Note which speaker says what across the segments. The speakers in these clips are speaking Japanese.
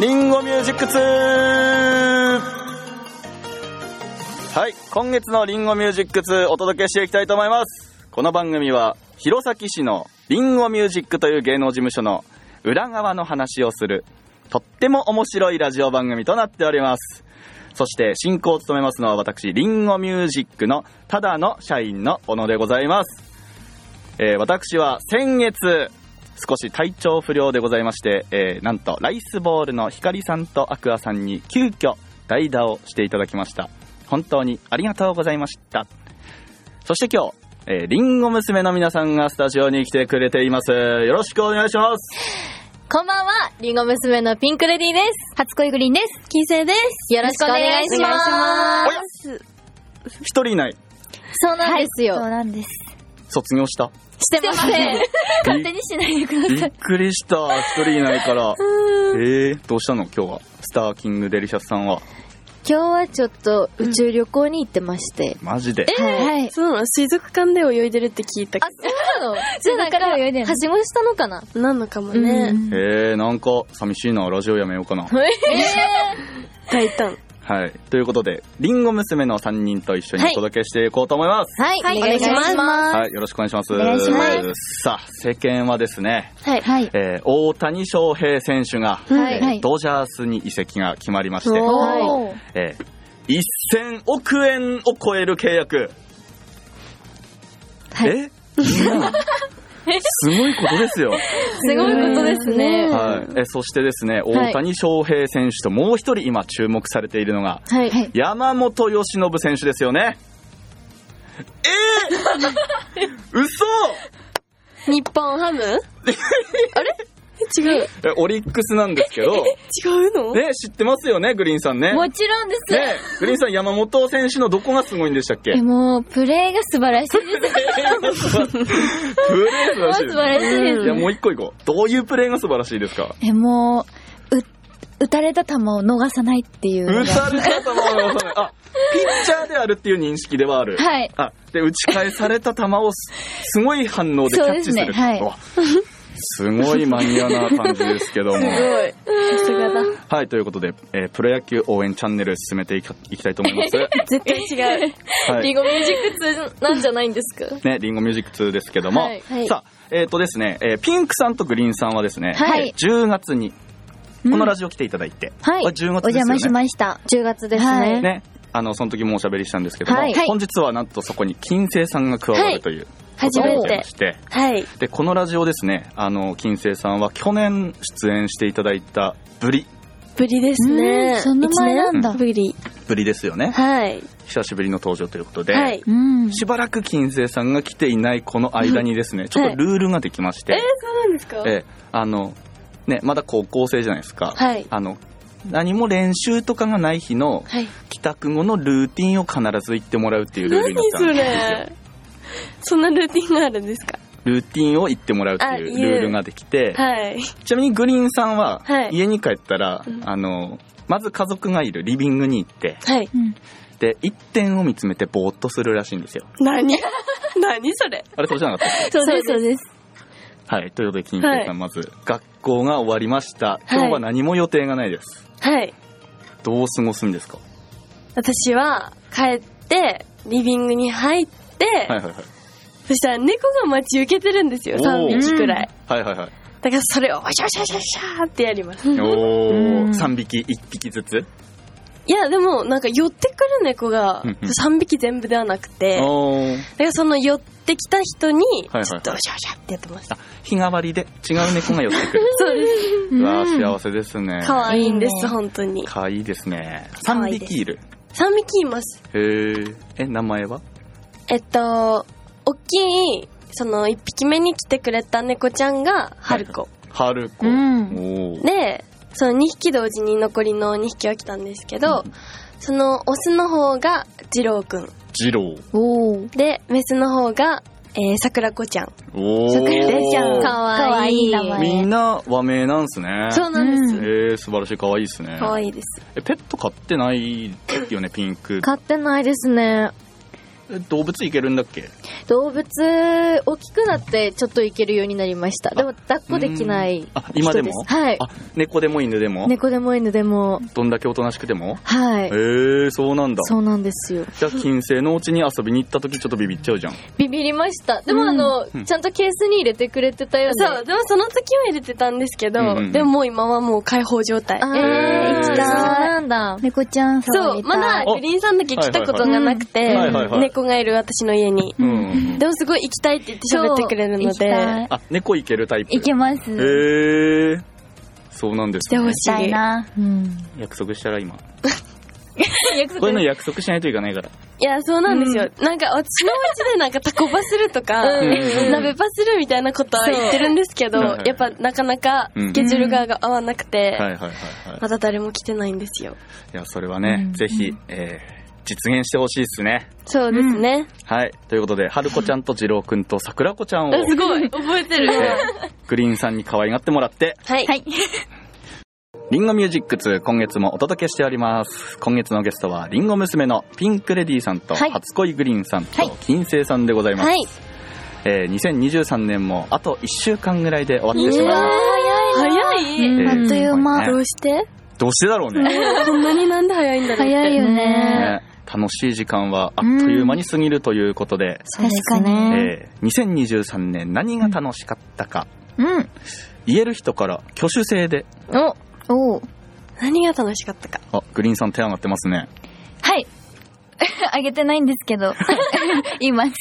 Speaker 1: リンゴミュージック 2! はい、今月のリンゴミュージック2お届けしていきたいと思います。この番組は、弘前市のリンゴミュージックという芸能事務所の裏側の話をする、とっても面白いラジオ番組となっております。そして進行を務めますのは私、リンゴミュージックのただの社員の小野でございます。えー私は先月、少し体調不良でございまして、えーなんとライスボールのひかりさんとアクアさんに急遽代打をしていただきました本当にありがとうございましたそして今日えーりんご娘の皆さんがスタジオに来てくれていますよろしくお願いします
Speaker 2: こんばんは、リンゴ娘のピンクレディです。初恋グリーンです。金星です。よろしくお願いします。
Speaker 1: おや一人いない
Speaker 2: そうなんですよ。
Speaker 3: そうなんです。
Speaker 1: 卒業した
Speaker 2: してません。勝手にしないでくだ
Speaker 1: び
Speaker 2: さ
Speaker 1: っ
Speaker 2: い。
Speaker 1: くりした一人いない からえー、どうしたの今日はスターキングデリシャスさんは
Speaker 2: 今日はちょっと宇宙旅行に行ってまして。
Speaker 1: マジで
Speaker 2: はい。
Speaker 4: そうなの水族館で泳いでるって聞いたけ
Speaker 2: あ、そうなのじゃあなん
Speaker 3: だから
Speaker 2: か、
Speaker 3: 泳いでんの
Speaker 2: はしごしたのかな
Speaker 4: ど。なのかもね。
Speaker 1: えー、なんか寂しいなラジオやめようかな
Speaker 4: 大胆。
Speaker 1: はい。ということで、りんご娘の3人と一緒にお届けしていこうと思います。
Speaker 2: はい、
Speaker 3: はい
Speaker 2: お願いします。
Speaker 3: お願
Speaker 1: はい、よろしくお願いします。
Speaker 3: お願いしま
Speaker 1: さあ、世間はですね、
Speaker 3: はい。はい。
Speaker 1: えー大谷翔平選手が、
Speaker 2: はい
Speaker 1: えー
Speaker 3: はい
Speaker 1: ドジャースに移籍が決まりまして、
Speaker 2: おー
Speaker 3: はい。
Speaker 1: えー1000億円を超える契約。
Speaker 3: はい
Speaker 1: えみんなすごいことですよ。
Speaker 2: すごいことですね。
Speaker 1: はい。えーそしてですね、
Speaker 2: はい
Speaker 1: 大谷翔平選手ともう一人今注目されているのが、
Speaker 2: はい。
Speaker 3: はい。
Speaker 1: 山本由伸選手ですよね。え ー、嘘
Speaker 4: 日本ハム あれ違う。
Speaker 1: えオリックスなんですけど、ね、
Speaker 4: 違うの
Speaker 1: 知ってますよね、グリーンさんね。ね
Speaker 3: もちろんです。
Speaker 1: グリーンさん、山本選手のどこがすごいんでしたっけ
Speaker 3: え、もう、プレイが素晴らしいです。
Speaker 1: プレーが素晴らしいです
Speaker 3: 素晴らしいです
Speaker 1: いや、もう一個いこう。どういうプレーが素晴らしいですか
Speaker 3: え、もう、う、打たれた球を逃さないっていうの
Speaker 1: 打
Speaker 3: が。
Speaker 1: たれた球を逃さない。あ、ピッチャーであるっていう認識ではある。
Speaker 3: はい。
Speaker 1: あ、で、打ち返された球をすすごい反応でキャッチす
Speaker 3: そうです
Speaker 1: る。
Speaker 3: ねはい
Speaker 1: わすごいマニアな感じです けども。
Speaker 4: すごい。さすがだ。
Speaker 1: はい、ということで、えープロ野球応援チャンネル進めていかいきたいと思い ます。
Speaker 4: 絶対違う。
Speaker 1: は
Speaker 2: リ
Speaker 1: い。
Speaker 2: ゴミュージック2なんじゃないんですか
Speaker 1: ね、リンゴミュージック2ですけども、
Speaker 2: はいはい
Speaker 1: さあ、えっ、とですね、えーピンクさんとグリーンさんはですね、
Speaker 3: はい
Speaker 1: えー10月に、
Speaker 3: う
Speaker 1: こ
Speaker 3: ん
Speaker 1: のラジオ来ていただいて、
Speaker 3: はい。
Speaker 1: こ
Speaker 3: お
Speaker 1: れ10月ですよね
Speaker 3: 邪魔しました。
Speaker 2: ?10 月です
Speaker 3: はい
Speaker 2: ね。
Speaker 1: ね、あの、その時もおしゃべりしたんですけども、
Speaker 3: はい
Speaker 1: 本日はなんとそこに金星さんが加わるという、
Speaker 4: 初
Speaker 1: ことで
Speaker 4: め
Speaker 1: ござい
Speaker 4: て
Speaker 1: ま。して、
Speaker 4: はい。
Speaker 1: で、このラジオですね、あの、金星さんは去年出演していただいたぶり、
Speaker 4: ぶりです
Speaker 3: うん
Speaker 4: ね。
Speaker 3: その前なんだ
Speaker 4: 一年ぶり。
Speaker 1: ぶりですよね。
Speaker 4: はい。
Speaker 1: 久しぶりの登場ということで、
Speaker 4: はい。
Speaker 3: うん。
Speaker 1: しばらく金星さんが来ていないこの間にですね、ちょっとルールができまして、
Speaker 4: そうなんですか
Speaker 1: ええあの、ね、まだ高校生じゃないですか。
Speaker 4: はい。
Speaker 1: あの、何も練習とかがない日の
Speaker 4: はい。
Speaker 1: 帰宅後のルーティンを必ず行ってもらうっていうルールにな
Speaker 4: 何
Speaker 1: った
Speaker 4: そ
Speaker 1: んですよ。
Speaker 4: れそんなルーティンがあるんですか
Speaker 1: ルーティンを行ってもらうっていう
Speaker 4: あいえ
Speaker 1: ルールができて、
Speaker 4: はい。
Speaker 1: ちなみにグリーンさんは
Speaker 4: は、い
Speaker 1: 家に帰ったら、
Speaker 4: うん
Speaker 1: あの、まず家族がいるリビングに行って、
Speaker 4: はい。
Speaker 3: うん
Speaker 1: で、一点を見つめてぼーっとするらしいんですよ。
Speaker 4: 何 何それ
Speaker 1: あれ、そうじゃなかった
Speaker 3: そうです、そうです。
Speaker 1: はい。ということで、金平さん、
Speaker 4: はい
Speaker 1: まず、学校が終わりました。
Speaker 4: い
Speaker 1: 今日は何も予定がないです。
Speaker 4: はい。
Speaker 1: どう過ごすんですか
Speaker 4: 私は帰って、リビングに入って、
Speaker 1: はいはいはい。
Speaker 4: そしたら猫が待ち受けてるんですよ、
Speaker 1: おー
Speaker 4: 3匹くらい。
Speaker 1: はいはいはい。
Speaker 4: だからそれを、シャシャシャシャーってやります。い
Speaker 1: お
Speaker 3: う
Speaker 1: ー、
Speaker 3: ん
Speaker 1: 3匹、1匹ずつ。
Speaker 4: や、でも、なんか寄ってくる猫が、
Speaker 1: うんうん
Speaker 4: 3匹全部ではなくて、だか
Speaker 1: おー。
Speaker 4: らその寄ってきた人に、ち
Speaker 1: は
Speaker 4: ょ
Speaker 1: い
Speaker 4: っとシャシャってやってました。
Speaker 1: 日替わりで違う猫が寄ってくる。
Speaker 4: そうです。
Speaker 1: うわー、
Speaker 3: うん
Speaker 1: 幸せですね。
Speaker 4: 可愛いんで
Speaker 3: いい
Speaker 4: す、
Speaker 3: ね
Speaker 4: 本当に。
Speaker 1: かわいいですね。
Speaker 4: か
Speaker 1: 3
Speaker 4: わいいです
Speaker 1: 匹いる。
Speaker 4: 3匹います。
Speaker 1: へー。え、名前は
Speaker 4: えっと、大きい、その1匹目に来てくれた猫ちゃんが、春子。
Speaker 1: はるこ。
Speaker 3: う
Speaker 1: お
Speaker 3: ん
Speaker 1: ー。
Speaker 4: で、その2匹同時に残りの2匹は来たんですけど、
Speaker 1: うん
Speaker 4: そのオスの方が二郎くん。
Speaker 1: ジロー。
Speaker 3: おー。
Speaker 4: で、メスの方が、えー、桜子ちゃん。
Speaker 1: おー。
Speaker 3: 桜子ちゃん
Speaker 2: かわいい。
Speaker 3: かわいい名前
Speaker 1: みんな和名なんすね。
Speaker 4: そうなんです。
Speaker 3: うん
Speaker 1: へー、素晴らしい。かわいいですね。
Speaker 4: 可愛いです。
Speaker 1: え、ペット飼ってないよね、ピンク。
Speaker 2: 買ってないですね。
Speaker 1: え動物いけるんだっけ
Speaker 2: 動物、大きくなってちょっと行けるようになりました。でも、抱っこできない
Speaker 1: うんあ今でも
Speaker 2: 人すはい。
Speaker 1: あ猫でも犬でも、
Speaker 2: 猫でも犬でも、
Speaker 1: どんだけおとなしくても
Speaker 2: は
Speaker 1: へえ
Speaker 2: い。
Speaker 1: ー、そうなんだ
Speaker 2: そうなんですよ。
Speaker 1: じゃあ金星のうちに遊びに行った時ちょっとビビっちゃうじゃん
Speaker 2: ビビりました。でも、
Speaker 4: うん
Speaker 2: あの、
Speaker 1: うん
Speaker 2: ちゃんとケースに入れてくれてたよね。
Speaker 4: そう、でもその時は入れてたんですけど、
Speaker 1: うんうんうん
Speaker 4: でももう今はもう解放状態。
Speaker 2: あー、
Speaker 1: えー
Speaker 2: そうなんだ。
Speaker 3: 猫ちゃん
Speaker 4: そ
Speaker 3: 触
Speaker 4: う、
Speaker 3: りたい
Speaker 4: まだグリーンさんだけ来たことがなくて
Speaker 1: はいはいはいうんはいはいは、い
Speaker 4: 猫がいる私の家に。
Speaker 1: う
Speaker 3: うんん
Speaker 1: うんうん
Speaker 4: でもすごい行きたいって言って喋ってくれるの
Speaker 3: そう行きた
Speaker 4: で
Speaker 3: い、
Speaker 1: あ猫いけるタイプ
Speaker 3: いけます
Speaker 1: へ
Speaker 3: 行
Speaker 1: えー、そうなんで
Speaker 4: 来
Speaker 1: す
Speaker 4: てほ
Speaker 1: ね
Speaker 4: し
Speaker 3: きたい
Speaker 4: い。
Speaker 3: なうん
Speaker 1: 約束したら今こ
Speaker 2: 約
Speaker 1: ういうの約束しないといかないから
Speaker 4: いや、そうなんですよ。なんか、私のうちでなんかタコパするとか、
Speaker 2: うん
Speaker 4: 鍋パするみたいなことは言ってるんですけど、
Speaker 1: そう
Speaker 4: やっぱなかなかスケジュールが合わなくて、
Speaker 1: はいはいはいはい
Speaker 4: まだ誰も来てないんですよ。
Speaker 1: いやそれはね、
Speaker 3: うん
Speaker 1: ぜひ、えー実現してほしいですね
Speaker 4: そうですね。
Speaker 1: はいということで春子ちゃんと次郎くんと桜子ちゃ んを、
Speaker 4: すごい、覚えてる。
Speaker 1: えーグリーンさんに可愛がってもらって
Speaker 4: はい。
Speaker 3: はい
Speaker 1: リンゴミュージック2今月もお届けしております今月のゲストはリンゴ娘のピンクレディさんと、
Speaker 3: はい
Speaker 1: 初恋グリーンさん
Speaker 3: はい
Speaker 1: と金星さんでございます、
Speaker 4: はい。
Speaker 1: えー2023年もあと1週間ぐらいで終わってしまいます、
Speaker 4: 早いな。
Speaker 3: う
Speaker 4: い
Speaker 3: んあっという間
Speaker 1: えー
Speaker 4: どうして
Speaker 1: どうしてだろうね
Speaker 4: こんなになんで早いんだろうって。
Speaker 3: 早いよね
Speaker 1: ね楽しい時間はあっという間に過ぎるということで、
Speaker 3: 確か
Speaker 1: え
Speaker 3: に
Speaker 1: ー2023年何が楽しかったか、
Speaker 3: うん
Speaker 1: 言える人から挙手制で
Speaker 3: おう
Speaker 4: 何が楽しかったか。
Speaker 1: あグリーンさん手上がってますね
Speaker 3: はい あげてないんです けど言います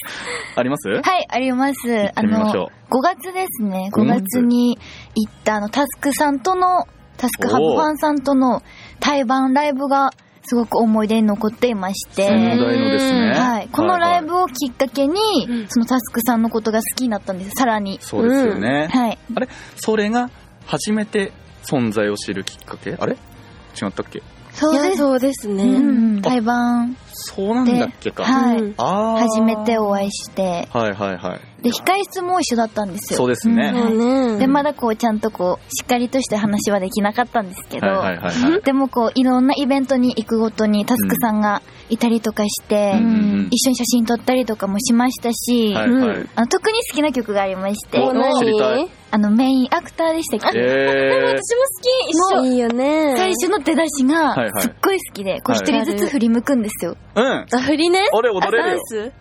Speaker 1: あります、
Speaker 3: はい、あります。
Speaker 1: ってみましょう
Speaker 3: 5月ですね。
Speaker 1: 五
Speaker 3: 5
Speaker 1: 月
Speaker 3: 月に行った、あの、タスクさんとの、タスクハブファンさんとの対バンライブが、すごく思い出に残っていまし
Speaker 1: 仙
Speaker 3: て、
Speaker 1: 台のですね、
Speaker 3: はい、このライ
Speaker 1: はい
Speaker 3: ブをきっかけに、
Speaker 4: うん
Speaker 3: そのタスクさんのことが好きになったんです、さらに。
Speaker 1: そうですよね、
Speaker 3: はい。
Speaker 1: それが初めて存在を知るきっかけあれ違ったっけ
Speaker 3: そ
Speaker 4: いう
Speaker 3: で
Speaker 4: や、
Speaker 3: す。
Speaker 4: そうです
Speaker 3: う
Speaker 4: ね。
Speaker 3: ん、対バン、
Speaker 1: そうなんだっけか、
Speaker 3: ではい
Speaker 4: うん
Speaker 1: ああ
Speaker 3: 初めてお会いして、
Speaker 1: はいはいはい
Speaker 3: で、控え室も一緒だったんですよ。
Speaker 1: そうですね
Speaker 3: ん
Speaker 4: そうね。
Speaker 3: で、まだこう、ちゃんとこう、しっかりとした話はできなかったんですけど、
Speaker 1: はいはいはいはい
Speaker 3: でもこういろんなイベントに行くごとにタスクさんがいたりとかして、
Speaker 1: うんうんうん
Speaker 3: 一緒に写真撮ったりとかもしましたし、
Speaker 1: はいはい
Speaker 3: あの特に好きな曲がありまして
Speaker 1: お
Speaker 4: 何
Speaker 1: 知りたい
Speaker 3: あのメインアクターでしたっけど、
Speaker 1: え
Speaker 4: 私も好き、一緒。いいよね。
Speaker 3: 最初の出だしが
Speaker 1: はいはい
Speaker 3: すっごい好きで、こう一人ずつ振り向くんですよ。
Speaker 1: ー、うん
Speaker 4: あ、振りね。
Speaker 1: 俺踊れるよ
Speaker 4: あダンス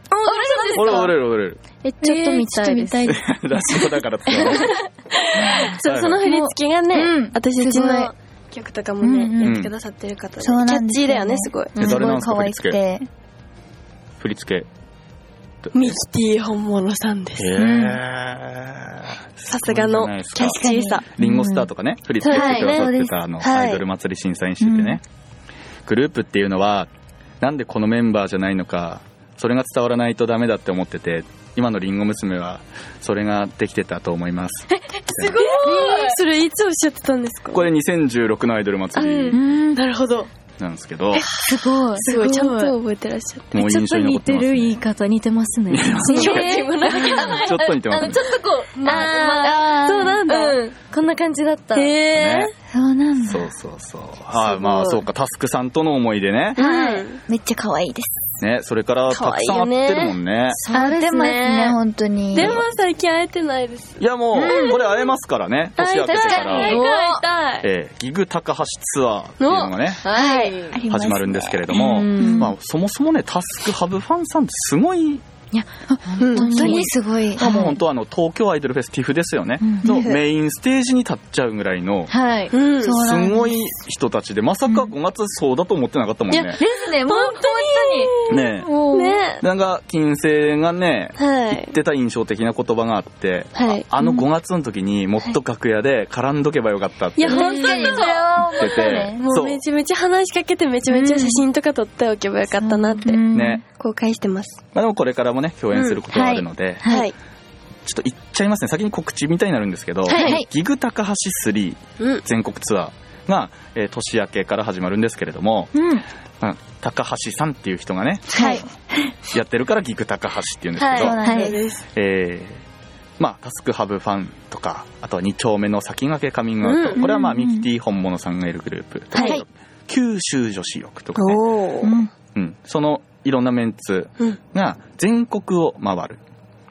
Speaker 1: 俺踊れる踊れる
Speaker 2: え、ちょっと見たいです。
Speaker 3: えーちょっと見たいで
Speaker 1: ラジオだから使わない
Speaker 4: そう、
Speaker 1: はい
Speaker 4: その振り付けがね、
Speaker 3: うん
Speaker 4: 私たち
Speaker 3: すごい
Speaker 4: の曲とかもね、
Speaker 3: うんうん
Speaker 4: やってくださってる方で、
Speaker 3: そうなんで
Speaker 4: キ
Speaker 3: す
Speaker 4: ャッチー
Speaker 3: よね
Speaker 4: だよね、すごい。
Speaker 1: え
Speaker 3: す
Speaker 1: 誰
Speaker 3: ご
Speaker 1: なん
Speaker 3: い
Speaker 1: ですか
Speaker 3: 可愛くて。
Speaker 1: 振り付け
Speaker 4: ミキティ本物さんです。
Speaker 1: へ
Speaker 3: ん
Speaker 1: え
Speaker 4: さすがのキャッチーさ。
Speaker 1: リンゴスターとかね、振り付けしてくださってた、あの、
Speaker 3: は
Speaker 1: ア
Speaker 3: い
Speaker 1: イドル祭り審査員しててね、グループっていうのは、なんでこのメンバーじゃないのか、それが伝わらないとダメだって思ってて、今のリンゴ娘は、それができてたと思います。
Speaker 4: すごいそれいつおっしゃってたんですか
Speaker 1: これ2016のアイドル祭
Speaker 3: う
Speaker 1: り
Speaker 3: ん、
Speaker 4: なるほど。
Speaker 1: なん ですけど、
Speaker 3: すごい。
Speaker 4: すごい、
Speaker 2: すごい
Speaker 4: ちゃんと覚えてらっしゃっ
Speaker 1: もう
Speaker 2: ちょ
Speaker 1: 印
Speaker 2: っ
Speaker 1: 象
Speaker 2: と
Speaker 1: に残
Speaker 2: 似
Speaker 1: って
Speaker 2: て
Speaker 1: ます、
Speaker 2: る言
Speaker 1: ね。
Speaker 2: い方似てますね。
Speaker 4: た。
Speaker 2: えー
Speaker 4: 気分だけだ
Speaker 1: ちょっと似てます
Speaker 2: あ
Speaker 1: ね
Speaker 2: の、ちょっとこう、ま
Speaker 3: あー
Speaker 2: そうなんだ。
Speaker 4: う
Speaker 2: こんな感じだった。
Speaker 4: へ
Speaker 1: ね
Speaker 3: そうなんだ。
Speaker 1: そうそうそう。はい、まあそうか、タスクさんとの思い出ね。
Speaker 4: ぇ
Speaker 3: はい
Speaker 4: うん
Speaker 3: めっちゃ可愛いです。
Speaker 1: ね、それからたくさん
Speaker 4: 可愛い
Speaker 1: 会
Speaker 4: よね
Speaker 1: ってるもんね。
Speaker 3: そうですね、本当に。
Speaker 4: でも最近会えてないです。
Speaker 1: いやもう、これ会えますからね、年明けてから。
Speaker 4: 会いたい。
Speaker 1: えーギグ高橋ツアーっていうのがね、
Speaker 2: はい。
Speaker 3: ありす
Speaker 1: 始まるんですけれども、
Speaker 2: うん
Speaker 1: まあ、そもそもね、タスクハブファンさんってすごい、
Speaker 4: うん
Speaker 3: 本当にすごい。
Speaker 1: まあもう本当あの、東京アイドルフェスティフですよね、
Speaker 3: うん
Speaker 1: のメインステージに立っちゃうぐらいの、
Speaker 2: はい。
Speaker 4: うん。
Speaker 3: そう
Speaker 1: す
Speaker 3: なんです
Speaker 1: ごい人たちで、まさか5月そうだと思ってなかったもんね。
Speaker 2: ですね、もう本当
Speaker 1: ねえ
Speaker 2: に。ね。
Speaker 4: ね
Speaker 1: なんか、金星がね、
Speaker 4: は
Speaker 1: 言
Speaker 4: い
Speaker 1: っ。てた印象的な言葉があって、
Speaker 4: はい。
Speaker 1: あの5月の時にもっと楽屋で絡んどけばよかったって
Speaker 4: い
Speaker 1: 言
Speaker 4: や、
Speaker 1: っ
Speaker 4: 本当にそれは
Speaker 1: てて、
Speaker 4: も
Speaker 1: そうう
Speaker 4: め。ちゃめちゃ話しかけてめちゃめちゃ写真とか撮っておけばよかったなって
Speaker 3: うん
Speaker 1: ね。
Speaker 4: 後悔してます。
Speaker 1: まあでもこれからもね、共演することはあるので、
Speaker 3: はい
Speaker 4: い。
Speaker 1: ちょっと言っちゃいますね。先に告知みたいになるんですけど、
Speaker 3: はいはい
Speaker 1: ギグ高橋3
Speaker 4: うん。
Speaker 1: 全国ツアーが、えー年明けから始まるんですけれども、
Speaker 3: うん。
Speaker 1: うん高橋さんっていう人がね、
Speaker 3: はい。
Speaker 1: やってるからギグ高橋っていうんですけど、
Speaker 3: はい
Speaker 4: そうです。
Speaker 1: えーまあ、タスクハブファンとか、あとは2丁目の先駆けカミングアウト、
Speaker 4: うん
Speaker 1: これはまあ、
Speaker 3: うんうん
Speaker 1: ミキティ本物さんがいるグループとか、
Speaker 3: はい
Speaker 1: 九州女子力とかね、
Speaker 4: お
Speaker 3: う。ん
Speaker 1: うん、そのいろんなメンツ
Speaker 4: うん。
Speaker 1: が全国を回る。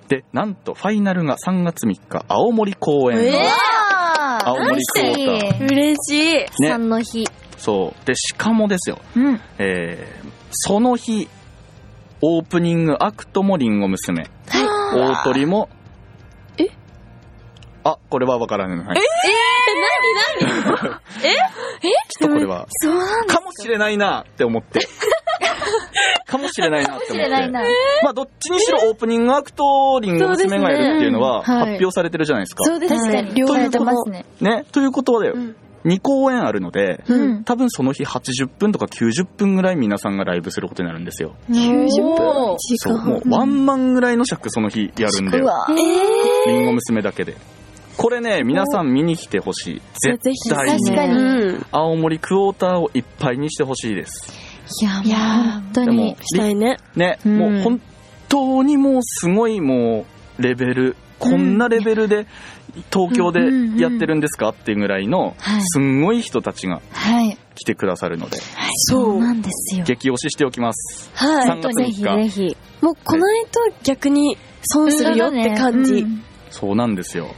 Speaker 1: で、なんとファイナルが3月3日、青森公演の、
Speaker 4: え
Speaker 3: わー
Speaker 1: 青森
Speaker 3: 嬉しい
Speaker 4: 嬉しい。
Speaker 1: ね
Speaker 2: 三の日。
Speaker 1: そう。で、しかもですよ、
Speaker 3: うん。
Speaker 1: えー、その日、オープニングアクトもリンゴ娘、
Speaker 3: は
Speaker 1: 大鳥も、
Speaker 4: え
Speaker 1: あ、これはわからない。はい、 ちょっとこれは、
Speaker 3: そうなん
Speaker 1: かもしれないなって思って。かもしれないなって
Speaker 3: 知
Speaker 1: 思っ
Speaker 3: れない
Speaker 1: て。
Speaker 3: な。
Speaker 1: まあ、どっちにしろオープニングアクトリング娘がやるっていうのは
Speaker 2: そうですねうん
Speaker 1: 発
Speaker 2: はい
Speaker 1: 表されてるじゃないですか。
Speaker 4: そうですね。
Speaker 3: はい
Speaker 4: 両
Speaker 3: され
Speaker 4: 方
Speaker 3: て
Speaker 4: と
Speaker 3: ま
Speaker 4: も
Speaker 3: す。ね。
Speaker 1: ね。ということで
Speaker 4: う、ん。
Speaker 1: 2公演あるので、
Speaker 4: う。
Speaker 3: うんん。
Speaker 1: 多分その日80分とか90分ぐらい皆さんがライブすることになるんですよ。
Speaker 4: 90
Speaker 2: おー
Speaker 4: 分。時
Speaker 1: そう、
Speaker 4: 間。
Speaker 1: もうワンマンぐらいの尺その日やるんで
Speaker 3: う、わ
Speaker 4: え
Speaker 1: リンゴ娘だけで。これね、皆さん見に来てほしい。
Speaker 4: ー
Speaker 1: 絶対
Speaker 3: 確
Speaker 1: に。
Speaker 3: かに
Speaker 4: うん。
Speaker 1: 青森クォーターをいっぱいにしてほしいです。
Speaker 2: いや、
Speaker 3: いやー
Speaker 2: 本当
Speaker 1: でも
Speaker 2: に。
Speaker 4: したいね。
Speaker 1: ね、
Speaker 2: うん
Speaker 1: もう本当にもうすごいもうレベル、こんなレベルで東京でやってるんですかっていうぐらいの
Speaker 3: はい、
Speaker 1: すんごい人たちが
Speaker 3: はい。
Speaker 1: 来てくださるので、
Speaker 4: そう。
Speaker 3: なんですよ。
Speaker 1: 激推ししておきます。
Speaker 4: は
Speaker 1: 3
Speaker 4: い。
Speaker 1: 月
Speaker 2: ぜひ
Speaker 1: 3
Speaker 2: ぜ
Speaker 1: 日。
Speaker 2: ひ。
Speaker 4: もうこないと逆に損するよって感じ。
Speaker 3: うん
Speaker 1: そうなんですよ。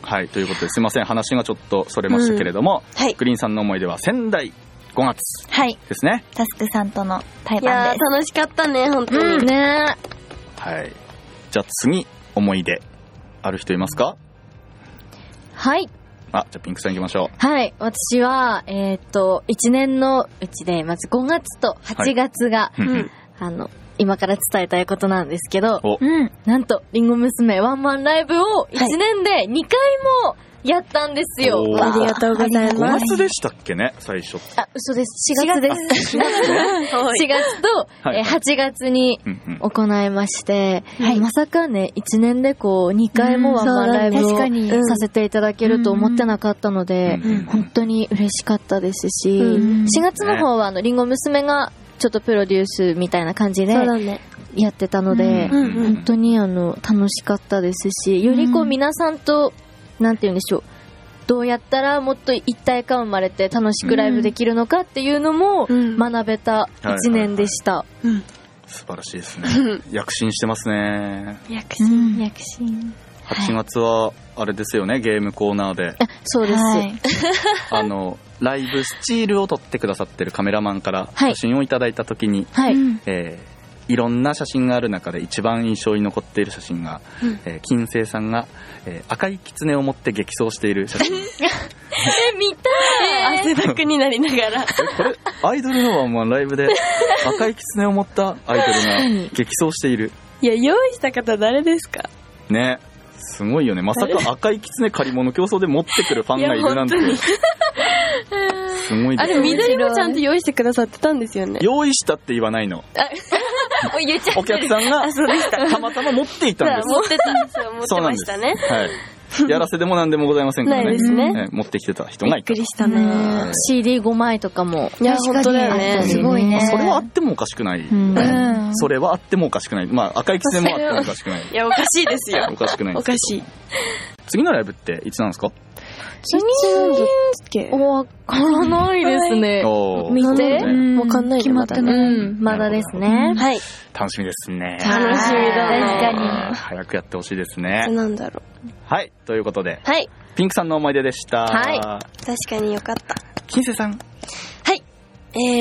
Speaker 1: はい、ということですいません、話がちょっとそれましたけれども、
Speaker 4: はい。
Speaker 1: グリーンさんの思い出は仙台5月
Speaker 3: はい。
Speaker 1: ですね。
Speaker 3: タスクさんとの対
Speaker 4: いや
Speaker 3: バン
Speaker 4: ー
Speaker 3: です。
Speaker 4: 楽しかったね、本当に。
Speaker 2: うん。ね
Speaker 1: はい。じゃあ次、思い出、ある人いますか
Speaker 2: はい。
Speaker 1: あ、じゃあピンクさん行きましょう。
Speaker 2: はい。私は、えーっと、1年のうちで、まず5月と8月が、
Speaker 1: うん
Speaker 4: うん
Speaker 2: あの、今から伝えたいことなんですけど、
Speaker 1: お
Speaker 3: うん。
Speaker 2: なんと、リンゴ娘ワンマンライブを1年で2回もやったんですよ。
Speaker 1: おー
Speaker 4: ありがとうござい
Speaker 1: 5
Speaker 4: ます。
Speaker 1: 月でしたっけね最初って
Speaker 2: あ、嘘です。4月です。4月
Speaker 4: はい
Speaker 2: と、
Speaker 1: はい
Speaker 2: えー8月に
Speaker 1: うんうん
Speaker 2: 行いまして、
Speaker 3: はい
Speaker 2: まさかね、1年でこう、2回もワンマンライブ
Speaker 3: うん
Speaker 2: を
Speaker 3: そうだね確かに
Speaker 2: させていただけると思ってなかったので、
Speaker 1: うんうん
Speaker 2: 本当に嬉しかったですし、
Speaker 4: うん
Speaker 2: 4月の方はあの、リンゴ娘がちょっとプロデュースみたいな感じで
Speaker 4: そうだね。
Speaker 2: やってたので、
Speaker 4: うんうん
Speaker 2: 本当にあの、楽しかったですし、よりこ
Speaker 3: う
Speaker 2: うん皆さんと、なんて言うんでしょう、どうやったらもっと一体感生まれて楽しくライブできるのかっていうのも
Speaker 4: うん
Speaker 2: 学べた一年でした。
Speaker 4: うん。
Speaker 1: 素晴らしいですね。躍進してますね。
Speaker 4: 薬
Speaker 3: う
Speaker 4: 師。
Speaker 3: ん
Speaker 2: 躍進。
Speaker 1: 8月は、あれですよね、ゲームコーナーで、
Speaker 2: あ、そうです。
Speaker 3: はい
Speaker 1: あの、ライブスチールを撮ってくださってるカメラマンから
Speaker 2: はい
Speaker 1: 写真をいただいたときに、
Speaker 2: は
Speaker 3: う
Speaker 2: い。
Speaker 3: ん
Speaker 1: えーいろんな写真がある中で一番印象に残っている写真が、
Speaker 4: うん
Speaker 1: えー金星さんが、えー赤い狐を持って激走している写真
Speaker 4: 汗だくになりながら。
Speaker 1: これ アイドルのワンマンライブで赤い狐を持ったアイドルが激走している
Speaker 4: いや、用意した方誰ですか
Speaker 1: ねすごいよねまさか赤い狐借り物競争で持ってくるファンがいるなんて
Speaker 4: いや本
Speaker 1: すごい
Speaker 4: あ、
Speaker 1: で
Speaker 4: ですも
Speaker 1: ね
Speaker 4: 緑もちゃんと用意してくださってたんですよね。
Speaker 1: 用意したって言わないの
Speaker 4: 言っちゃ
Speaker 1: お客さん がたまたま持っていたんです
Speaker 4: 持ってたんですよ。持ってましたね。
Speaker 1: はいやらせでも何でもございませんから
Speaker 4: ない
Speaker 1: ね
Speaker 4: ですね。
Speaker 1: ね持ってきてた人
Speaker 4: び
Speaker 1: がい
Speaker 4: っく
Speaker 1: た
Speaker 4: りした
Speaker 1: う
Speaker 4: ね。
Speaker 1: ん
Speaker 2: CD5 枚とかも。
Speaker 4: いや、
Speaker 3: 確かに
Speaker 4: 本当だよ
Speaker 2: あった
Speaker 4: ね。
Speaker 2: り
Speaker 3: すごいね
Speaker 1: それはあってもおかしくない、
Speaker 2: うん
Speaker 1: ね
Speaker 3: うん
Speaker 1: それはあってもおかしくないまあ赤い狐もあってもおかしくない
Speaker 4: いや、おかしいですよ
Speaker 1: お。かしくないん
Speaker 4: お
Speaker 1: です
Speaker 4: か
Speaker 1: けど
Speaker 4: しい。
Speaker 1: 次のライブっていつなんですか
Speaker 4: け
Speaker 2: わからないですね。
Speaker 1: おー
Speaker 4: 見て
Speaker 1: そうですね
Speaker 3: うん
Speaker 4: わかんないね
Speaker 3: 決まって
Speaker 2: う
Speaker 3: ない。
Speaker 2: ん、まだですね。
Speaker 4: はい。
Speaker 1: 楽しみですね
Speaker 4: 楽しみだな
Speaker 3: 確かに。
Speaker 1: あー早くやってほしいです
Speaker 4: それ
Speaker 1: ね
Speaker 4: なんだろ
Speaker 1: はいということで
Speaker 4: う。はい。
Speaker 1: ピンクさんの思い出でした
Speaker 2: はい
Speaker 4: 確かによかった。
Speaker 1: 金星さん
Speaker 4: はい。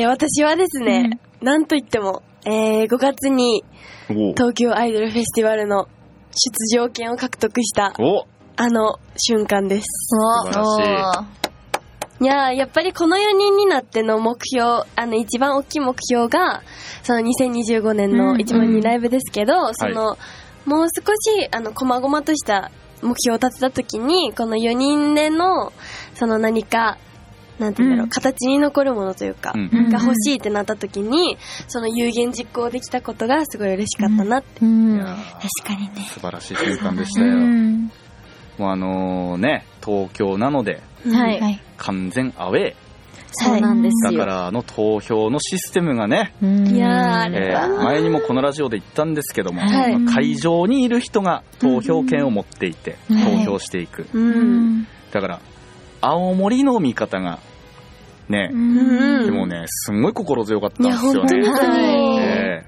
Speaker 4: えー、私はですね、なんといっても、えー、5月に
Speaker 1: お
Speaker 4: 東京アイドルフェスティバルの出場権を獲得した、
Speaker 1: お
Speaker 4: あの瞬間です。
Speaker 1: 素晴らし
Speaker 4: いやー、やっぱりこの4人になっての目標、あの一番大きい目標が、その2025年
Speaker 3: う
Speaker 4: の
Speaker 3: ん
Speaker 4: 1万人ライブですけど、その、もう少し、あの、こまごまとした目標を立てた時に、この4人での、その何か、なんて言うんだろう、
Speaker 3: うん
Speaker 4: 形に残るものというか、
Speaker 1: うん
Speaker 3: うん
Speaker 4: が欲しいってなった時に、その有言実行できたことがすごい嬉しかったなって。
Speaker 1: い
Speaker 3: うん。
Speaker 1: や
Speaker 3: 確
Speaker 1: ー
Speaker 3: かにね。
Speaker 1: 素晴らしい瞬間でし
Speaker 3: う
Speaker 1: たよ
Speaker 3: ん。
Speaker 1: もうあのね東京なので
Speaker 2: はい
Speaker 3: はい。
Speaker 1: 完全アウェー
Speaker 2: そうなんです
Speaker 1: だ
Speaker 2: よ。
Speaker 1: からあの投票のシステムがね、
Speaker 2: い
Speaker 4: いやー、あ
Speaker 1: え
Speaker 4: れ
Speaker 1: ー
Speaker 4: は、
Speaker 1: 前にもこのラジオで言ったんですけども、
Speaker 4: はい
Speaker 1: まあ会場にいる人が投票権を持っていて
Speaker 3: うん
Speaker 1: 投票していく
Speaker 3: う
Speaker 4: う。
Speaker 3: んん。
Speaker 1: だから青森の見方がね
Speaker 3: うん
Speaker 4: うん
Speaker 1: でもねすんごい心強かったん
Speaker 4: い
Speaker 1: で
Speaker 4: や、
Speaker 1: すよ
Speaker 4: 本当に
Speaker 1: ね
Speaker 4: 本当に。
Speaker 2: はい
Speaker 1: え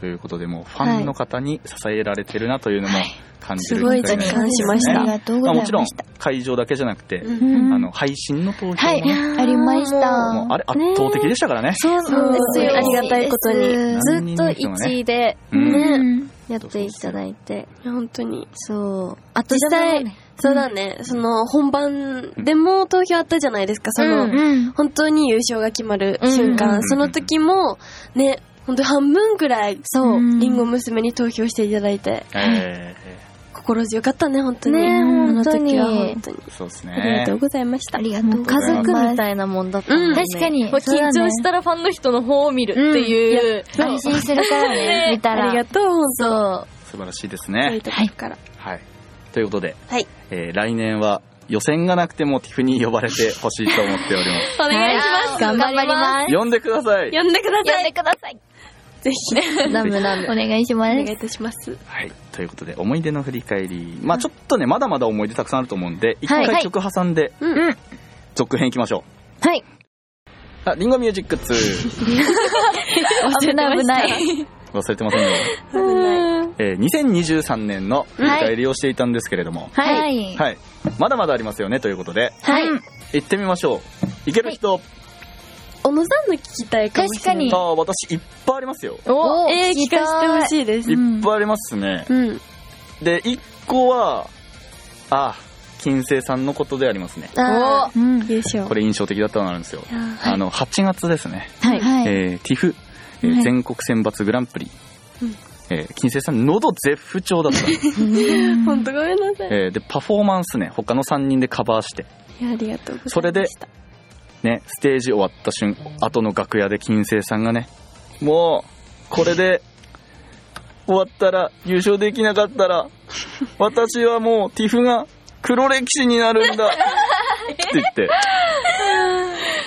Speaker 1: ということでもうファンの方に支えられてるなというのも感じる
Speaker 4: すごい
Speaker 1: 機会になり
Speaker 4: 実感しました
Speaker 3: ありがとう
Speaker 1: ま
Speaker 3: ござ
Speaker 1: あ、
Speaker 3: い
Speaker 1: も
Speaker 3: ま
Speaker 1: ち
Speaker 3: し
Speaker 1: ろん
Speaker 3: た。
Speaker 1: 会場だけじゃなくて、
Speaker 4: うん
Speaker 3: うん
Speaker 1: あの配信の投票も
Speaker 3: はい、
Speaker 1: ね、
Speaker 3: ありまし
Speaker 1: もう
Speaker 3: た。
Speaker 1: あれ圧倒的でしたからね
Speaker 2: そうなんですよ。
Speaker 4: ありがたいことに
Speaker 2: ずっと1位で、
Speaker 1: うん
Speaker 2: ね、
Speaker 3: ん。
Speaker 2: やっていただいて。
Speaker 4: 本当に。
Speaker 2: そう。
Speaker 4: あ、実際、そうだね、その本番でも投票あったじゃないですか、その、
Speaker 2: うん
Speaker 3: うん。
Speaker 4: 本当に優勝が決まる瞬
Speaker 2: うんうん
Speaker 1: うん
Speaker 4: 間、
Speaker 1: うん
Speaker 4: その時も、ね、本当半分くらい、
Speaker 2: そうう。
Speaker 3: ん
Speaker 4: リンゴ娘に投票していただいて、
Speaker 1: え
Speaker 4: 心強かったね、本当に。
Speaker 2: ね
Speaker 4: あの時は
Speaker 2: 本当に
Speaker 4: 本当に。
Speaker 1: ーそうです
Speaker 4: あり
Speaker 1: ね
Speaker 4: がとうございました。
Speaker 3: ありがとうございま
Speaker 2: 家
Speaker 3: す。
Speaker 2: 族みたいなもんだったもんね、
Speaker 4: うん
Speaker 3: 確かに
Speaker 2: こう緊張したらファンの人の方を見るっていう。そう
Speaker 3: 安心するからね、見た
Speaker 4: あ
Speaker 3: ら。
Speaker 4: りがとう、本当
Speaker 2: そう。
Speaker 1: 素晴らしいです
Speaker 4: そういう
Speaker 1: ね
Speaker 4: ところから。
Speaker 1: はいということで、
Speaker 4: はい
Speaker 1: えー来年は予選がなくてもティフに呼ばれてほしいと思っておりま
Speaker 4: お願いします。
Speaker 2: 頑張ります
Speaker 1: 呼んでください
Speaker 4: 呼んでくださ
Speaker 3: 読ん
Speaker 4: い。
Speaker 3: でください。
Speaker 4: ぜひ。
Speaker 2: ラムラ
Speaker 3: お
Speaker 2: ム。
Speaker 3: 願いしま
Speaker 4: お
Speaker 3: す
Speaker 4: 願い。いたします。
Speaker 1: はい、ということで思い出の振り返り、まあ、ちょっとねまだまだ思い出たくさんあると思うんで一
Speaker 2: は
Speaker 1: 回
Speaker 2: い
Speaker 1: 曲挟んで
Speaker 4: うん。うん。
Speaker 1: 続編いきましょ
Speaker 2: はい。
Speaker 1: うあリンゴミュージック2
Speaker 3: 危ない危ない。
Speaker 1: 忘れてませんよ、
Speaker 4: 危ない。
Speaker 1: えー2023年の振り返りをしていたんですけれども、
Speaker 2: はい。
Speaker 3: い
Speaker 1: はいまだまだありますよねということで
Speaker 2: はい。
Speaker 1: 行ってみましょういける人、
Speaker 4: 小野さんの聞きたいかもしれない。
Speaker 3: 確
Speaker 1: あ
Speaker 3: か
Speaker 1: あ私いっぱいありますよ
Speaker 2: お
Speaker 3: お
Speaker 4: えー、聞かせてほしいです
Speaker 1: い。
Speaker 3: ん
Speaker 1: っぱいありますね、
Speaker 4: うん。
Speaker 1: で1個はあ金星さんのことでありますね
Speaker 4: あ
Speaker 3: うん。
Speaker 4: ー優勝。
Speaker 1: これ印象的だったのがあるんですよ
Speaker 4: いやー
Speaker 1: あの8月ですね、
Speaker 2: はい。
Speaker 3: はい。
Speaker 1: えー、ティフ、えー
Speaker 3: はい
Speaker 1: 全国選抜グランプリ、
Speaker 4: うん
Speaker 1: えー金星さん喉絶不調だった、
Speaker 3: うん
Speaker 4: 本当ごめんなさい。
Speaker 1: えーでパフォーマンスね他の3人でカバーして
Speaker 4: いや、ありがとうございました。
Speaker 1: それでねステージ終わった瞬後の楽屋で金星さんがねもうこれで終わったら優勝できなかったら私はもうティフが黒歴史になるんだって言って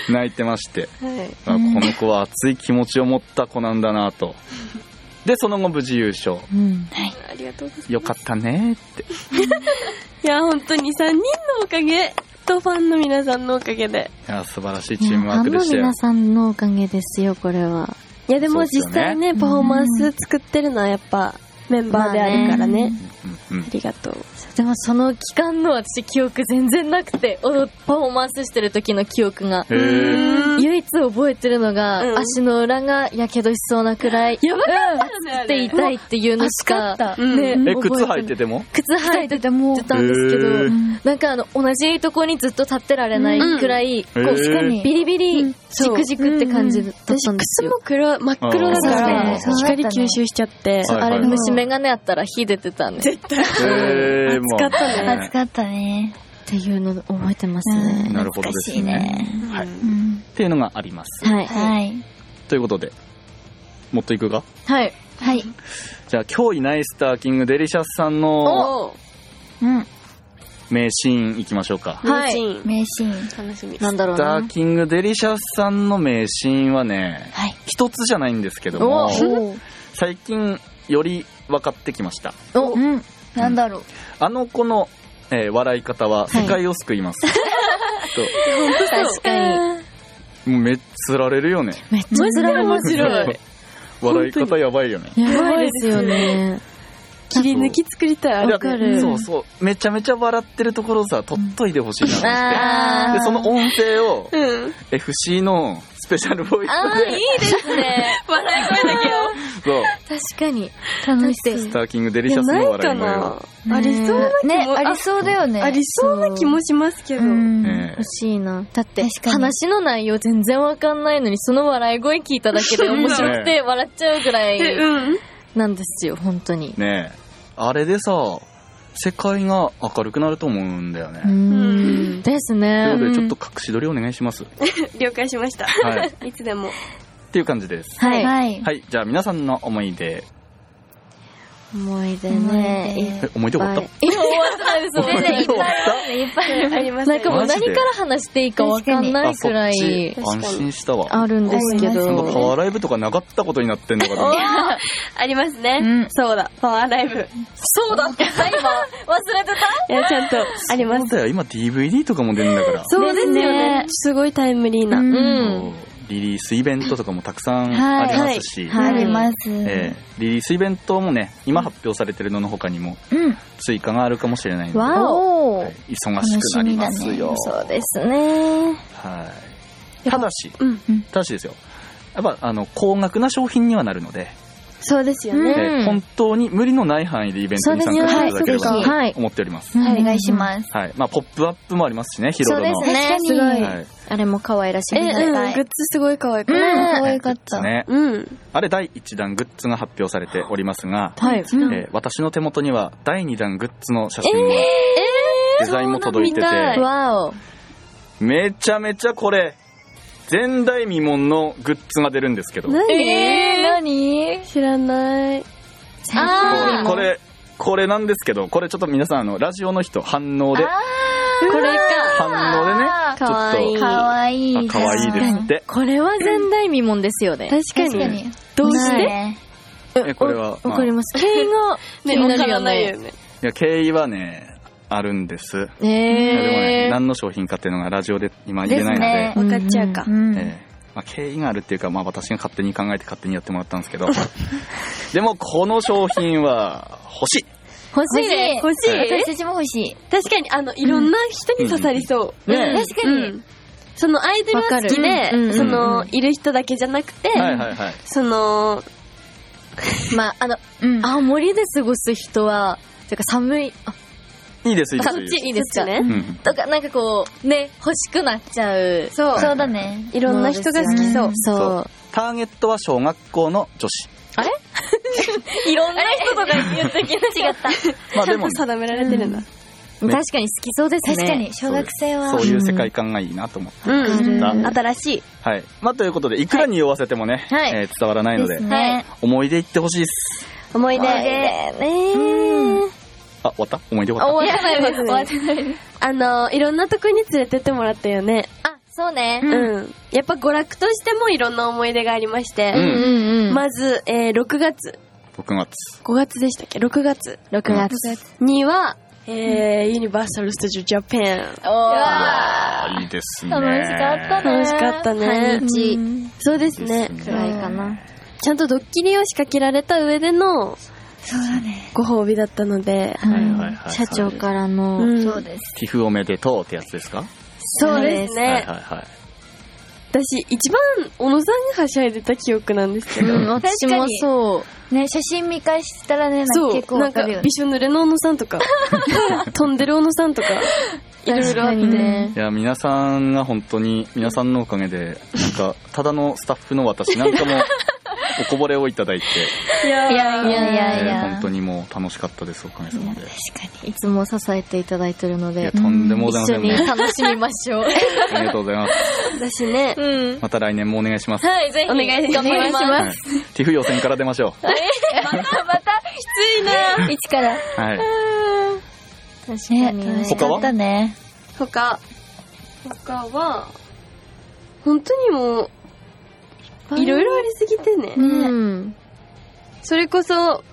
Speaker 1: 泣いてまして
Speaker 4: はい。
Speaker 1: あこの子は熱い気持ちを持った子なんだなとでその後無事優勝
Speaker 2: うん。
Speaker 4: ありがとうございます。
Speaker 1: よかったねって
Speaker 4: いや、本当に3人のおかげとファンの皆さんのおかげで。
Speaker 1: いや素晴らしいチームワークでした
Speaker 2: いや
Speaker 1: よ
Speaker 2: ファンの皆さんのおかげですよ、これは。
Speaker 4: いや、で
Speaker 1: そ
Speaker 4: も
Speaker 1: うですよね
Speaker 4: 実際ね、パフォーマンス作ってるのはやっぱメンバーであるからね。
Speaker 1: うんうん
Speaker 4: ありがとう。
Speaker 2: でもその期間の私記憶全然なくて、踊パフォーマンスしてる時の記憶が。
Speaker 1: へえ
Speaker 4: いや
Speaker 2: 唯一覚えてるのが、
Speaker 4: うん
Speaker 2: 足の裏がやけどしそうなくらい、やばかっ
Speaker 4: ねあれ
Speaker 2: て痛いっていうのしか、
Speaker 4: うん
Speaker 2: ね、
Speaker 1: え靴
Speaker 2: 覚
Speaker 1: 履
Speaker 2: え
Speaker 1: い
Speaker 2: て
Speaker 1: てても
Speaker 2: 靴履いて
Speaker 3: てても
Speaker 2: たんですけど、
Speaker 1: へー
Speaker 2: なんかあの、同じとこにずっと立ってられないくらい、
Speaker 1: うん
Speaker 2: こ
Speaker 1: へー
Speaker 2: う、ビリビリ、ジクジクって感じだった
Speaker 4: 私、
Speaker 2: んです
Speaker 4: 靴
Speaker 2: よ
Speaker 4: も。黒、真っ黒だか
Speaker 1: あ
Speaker 4: ら、
Speaker 1: ー
Speaker 4: 光吸収しちゃって。
Speaker 1: はい
Speaker 2: あ
Speaker 1: はい
Speaker 2: れ、
Speaker 1: はい
Speaker 2: 虫眼鏡あったら火出てたんで。っ
Speaker 1: えー、もう
Speaker 4: 暑かったね
Speaker 3: 暑かったね。
Speaker 2: ていうのを覚えてますね。
Speaker 1: なるほどですね
Speaker 3: 懐かしいね。
Speaker 1: はい、っ
Speaker 3: うん
Speaker 1: ていうのがあります
Speaker 2: はい。
Speaker 3: はい。
Speaker 1: ということでもっといくか
Speaker 2: はい。
Speaker 3: はい。
Speaker 1: じゃあ今日いないスターキングデリシャスさんの
Speaker 4: おー
Speaker 3: うん。
Speaker 1: 名シーンいきましょうか
Speaker 2: は
Speaker 4: 名
Speaker 2: い
Speaker 4: 人
Speaker 3: 名シーン。
Speaker 4: 楽しみ。
Speaker 2: なんだろ
Speaker 1: ス
Speaker 2: う
Speaker 1: タ
Speaker 2: な
Speaker 1: ー。キングデリシャスさんの名シーンはね
Speaker 3: はい。
Speaker 1: 一つじゃないんですけど
Speaker 2: お
Speaker 1: も
Speaker 2: お
Speaker 1: 最近より分かってきました
Speaker 2: お
Speaker 3: うん。なんだろう。
Speaker 1: あの子の、えー笑い方は世界を救います、
Speaker 2: 確かに。
Speaker 1: ともうめっつられるよね
Speaker 2: めっちゃつられますよ
Speaker 4: 面白い
Speaker 1: 笑い方やばいよね
Speaker 2: やばいですよね。
Speaker 4: 切り抜き作りたい。あれ
Speaker 2: わかる
Speaker 1: そうそうめちゃめちゃ笑ってるところをさ取っといてほしいなと思って、
Speaker 2: あ
Speaker 1: でその音声を
Speaker 4: うん。
Speaker 1: FC のスペシャルボイ
Speaker 2: ああ
Speaker 1: ス
Speaker 2: ー、いいですね。
Speaker 4: 笑い声だけよ。
Speaker 1: でそう
Speaker 2: 確かに。
Speaker 3: 楽しそう。
Speaker 1: スターキングデリ
Speaker 4: い
Speaker 1: シ
Speaker 4: や、
Speaker 1: ャス
Speaker 4: な
Speaker 1: の
Speaker 4: いか
Speaker 1: 笑い声を
Speaker 4: な。ありそうな気
Speaker 3: ね、
Speaker 4: も、
Speaker 3: ありそうだよね。
Speaker 4: ありそうな気もしますけど。
Speaker 3: うん。
Speaker 1: ね
Speaker 2: 欲しいな。だって
Speaker 3: 確か、に
Speaker 2: 話の内容全然わかんないのに、その笑い声聞いただけで面白 くて笑っちゃうぐら
Speaker 4: え
Speaker 2: い
Speaker 4: うん。
Speaker 2: なんですよ、本当に
Speaker 1: え。ねえあれでさ世界が明るくなると思うんだよね、
Speaker 2: うーん。で
Speaker 1: と
Speaker 2: す
Speaker 1: いう
Speaker 2: ね
Speaker 1: こ。とでちょっと隠し撮りお願いし ます、
Speaker 4: 了解しました。
Speaker 1: はいっ
Speaker 4: いつでも。
Speaker 1: ていう感じです
Speaker 2: はい。
Speaker 3: はい。
Speaker 1: はいじゃあ皆さんの思い出
Speaker 2: 思い出
Speaker 3: ね
Speaker 2: ね。
Speaker 1: え思い出終わった
Speaker 2: いっぱい。いや、終わってないです、終わっ
Speaker 1: 思
Speaker 2: てないい
Speaker 1: 出終わっ
Speaker 3: いっぱいある。
Speaker 4: あります
Speaker 2: なんかもう
Speaker 1: マジ
Speaker 2: 何
Speaker 1: で
Speaker 2: から話していいかわかん
Speaker 1: た
Speaker 2: ないくらい
Speaker 1: あそっち安心したわ
Speaker 2: あるんですけ
Speaker 1: なんかパ
Speaker 2: ど。
Speaker 1: ワーライブとかなかったことになってんのかと思っ
Speaker 4: ありますね。
Speaker 3: うん
Speaker 4: そうだ、パワーライブ。
Speaker 2: そうだってさ、今、忘れてた
Speaker 4: いや、ちゃんとありま
Speaker 1: そう
Speaker 4: す。
Speaker 1: だよ今 DVD とかも出るんだから
Speaker 4: そうですよね。すごいタイムリーな。
Speaker 3: うん
Speaker 2: うん。
Speaker 1: そうリリースイベントとかもたくさん
Speaker 3: は
Speaker 1: あ
Speaker 3: い
Speaker 1: りますし、
Speaker 2: はい
Speaker 3: あります。
Speaker 1: えーリリースイベントもね今発表されてるのの他にも
Speaker 3: うん。
Speaker 1: 追加があるかもしれないので、
Speaker 2: わ
Speaker 3: お
Speaker 1: はい
Speaker 3: ー。
Speaker 1: 忙しくなりますよ、
Speaker 3: そうです。
Speaker 2: すね。
Speaker 1: はいただし
Speaker 4: うん。
Speaker 1: ただしですよやっぱあの高額な商品にはなるので、
Speaker 4: そうですよ
Speaker 1: え
Speaker 4: ね。
Speaker 1: ー
Speaker 2: うん
Speaker 1: 本当に無理のない範囲でイベントに参
Speaker 2: そう
Speaker 1: 加して
Speaker 2: ですよ
Speaker 1: いただければ
Speaker 3: はい
Speaker 1: なと
Speaker 2: はい
Speaker 1: 思っております、
Speaker 3: お願いします。
Speaker 1: はいまあ、ポップアップもありますしねヒロドの
Speaker 2: そうですね
Speaker 3: 確かに
Speaker 1: は
Speaker 2: ね
Speaker 1: い
Speaker 2: あれも可愛らしい
Speaker 4: え、
Speaker 2: ですね。
Speaker 4: うん。グ
Speaker 3: はい
Speaker 4: ッズすごい可愛く
Speaker 3: うん、
Speaker 4: ない
Speaker 3: 可愛かっ
Speaker 1: です
Speaker 3: た。
Speaker 1: ね
Speaker 4: うん。
Speaker 1: あれ第1弾グッズが発表されておりますが、
Speaker 2: はい。
Speaker 3: うん
Speaker 1: えー私の手元には第2弾グッズの写真も、デザインも届いてて、
Speaker 4: そうなんだ
Speaker 2: わお。
Speaker 1: めちゃめちゃこれ前代未聞のグッズが出るんですけどこ
Speaker 4: 何
Speaker 3: えー、何
Speaker 4: 知らない。
Speaker 2: あー
Speaker 1: れこれこれなんですけどこれちょっと皆さんあのラジオの人反応で
Speaker 4: これか。
Speaker 1: 反応でね
Speaker 3: あー
Speaker 1: ちょっと
Speaker 4: かわいい
Speaker 3: かわい
Speaker 1: あ
Speaker 3: い。
Speaker 1: 可愛いですって
Speaker 2: これは前代未聞ですよね。
Speaker 4: 確か
Speaker 3: 確か
Speaker 4: に。
Speaker 3: に。
Speaker 4: どうして
Speaker 3: ね
Speaker 1: えこれは
Speaker 2: わかります。経緯が気
Speaker 4: ね、
Speaker 2: に
Speaker 4: わ
Speaker 2: な
Speaker 4: か
Speaker 2: る
Speaker 4: ら
Speaker 2: よ
Speaker 4: ないよ
Speaker 2: ね。
Speaker 4: ね。
Speaker 1: いや経緯はねあるんです、いやでもね
Speaker 2: えー。
Speaker 1: 何の商品かっていうのがラジオで今言えないので
Speaker 3: です
Speaker 4: わかっちゃうか
Speaker 3: う。ん。
Speaker 1: えーまあ、経緯があるっていうか、まあ、私が勝手に考えて勝手にやってもらったんですけど でもこの商品は欲しい
Speaker 2: 欲しいね。
Speaker 4: 欲しい
Speaker 3: 私。たちも欲しい。
Speaker 4: 確かに、あの、いろんな人に刺さりそう。
Speaker 1: うんね
Speaker 3: 確かに
Speaker 4: うんそのアイドルは好き
Speaker 2: わかるうんうんうん
Speaker 4: で、その、いる人だけじゃなくて、
Speaker 1: はいはいはい
Speaker 4: その、
Speaker 2: まあ、あの、
Speaker 3: うん。
Speaker 2: 青森で過ごす人は、てか寒い、あ、
Speaker 1: いいですいいです
Speaker 2: そっ
Speaker 1: いいで
Speaker 2: ち
Speaker 1: す
Speaker 2: いいですか
Speaker 4: そっち
Speaker 1: う
Speaker 4: ね。
Speaker 1: ん
Speaker 2: とか、なんかこう、ね、欲しくなっちゃう。
Speaker 4: そう。
Speaker 3: そうだね。
Speaker 4: いろんな人が好きそう。
Speaker 2: そ
Speaker 1: ターゲットは小学校の女子
Speaker 2: う。いろんな人とか言っときな違った。
Speaker 1: まあ
Speaker 4: ちゃ
Speaker 1: で
Speaker 4: ん
Speaker 1: も
Speaker 4: と
Speaker 1: ね、
Speaker 4: 定められてるんだ。
Speaker 2: 確かに好きそうですね。
Speaker 3: 確かに、小学生は。
Speaker 1: そういう世界観がいいなと思って、
Speaker 4: うん。
Speaker 1: だ
Speaker 2: わか
Speaker 4: 新
Speaker 2: る
Speaker 4: しい。
Speaker 1: はいまあということでいくらに酔わせてもね、
Speaker 2: はい
Speaker 1: えー伝わらないので
Speaker 3: ですね。
Speaker 1: 思い出言ってほしいっす
Speaker 4: 思い出。
Speaker 2: 思い出ね
Speaker 1: あ終わった思い出終わっ
Speaker 2: 終わらないです
Speaker 4: 終わら
Speaker 2: ね。
Speaker 4: あの、いろんなとこに連れてってもらったよね。
Speaker 2: あ、そうね
Speaker 3: う。ん
Speaker 4: うん。やっぱ娯楽としてもいろんな思い出がありまし
Speaker 1: う
Speaker 4: て。
Speaker 1: ん
Speaker 2: ん
Speaker 4: まず、えー6月。
Speaker 1: た6月
Speaker 4: 5月でしたっけ ?6 月
Speaker 2: 6月。
Speaker 4: には、えーユニバーサル・スタジオ・ジャパン。
Speaker 2: おー。
Speaker 1: あいいですね
Speaker 2: 楽しかったね。
Speaker 4: 楽しかったね
Speaker 2: 半日
Speaker 4: そうです
Speaker 1: いいで
Speaker 4: ね
Speaker 1: す。ね
Speaker 2: くらいかな。
Speaker 4: ちゃんとドッキリを仕掛けられた上での
Speaker 3: そうだね。
Speaker 4: ご褒美だったので。
Speaker 1: はいはいはい
Speaker 2: 社長からの、
Speaker 4: ん
Speaker 3: そうです。
Speaker 1: 寄付おめでとうってやつですか、
Speaker 4: そうです
Speaker 1: はいはい
Speaker 4: ね。
Speaker 1: はい
Speaker 4: 私、一番、小野さんがはしゃいでた記憶なんですけど。
Speaker 2: うん、私もそう。
Speaker 3: ね、写真見返したらね、なんか
Speaker 4: そう
Speaker 3: 結構、
Speaker 4: な
Speaker 3: わ
Speaker 4: んか
Speaker 3: かるよ、ね
Speaker 4: び。しょ濡れの小野さんとか、飛んでる小野さんとか、いろいろあって。
Speaker 2: 確かにね
Speaker 1: い。や皆さんが本当に皆さんのおかげでなんかただのスタッフの私なんかもおこぼれをいただいて、
Speaker 4: いや
Speaker 3: いやいやい
Speaker 1: え
Speaker 3: やい
Speaker 1: ー
Speaker 3: や。
Speaker 1: 本当にもう楽しかったですおかげさまで
Speaker 3: 確かに。
Speaker 2: いつも支えていただいてるの
Speaker 1: いや
Speaker 2: で、
Speaker 1: とんでもございませ
Speaker 2: 一緒
Speaker 1: ん
Speaker 2: に
Speaker 1: もう
Speaker 2: 楽しみましょう。
Speaker 1: ありがとうございます
Speaker 4: だしね。
Speaker 2: うん。
Speaker 1: また来年もお願いし ます、
Speaker 2: はい、ぜひ。
Speaker 4: お願いします
Speaker 2: 頑張りま
Speaker 1: はい、ティフ予選から出ましょ
Speaker 3: 一から。
Speaker 1: う、はい、
Speaker 2: す。確か
Speaker 3: ね、
Speaker 2: に
Speaker 3: 楽
Speaker 2: ね
Speaker 3: しかったね。
Speaker 4: 他。他は、本当にもう、いろいろありすぎてね。
Speaker 2: うん。
Speaker 4: それこそ、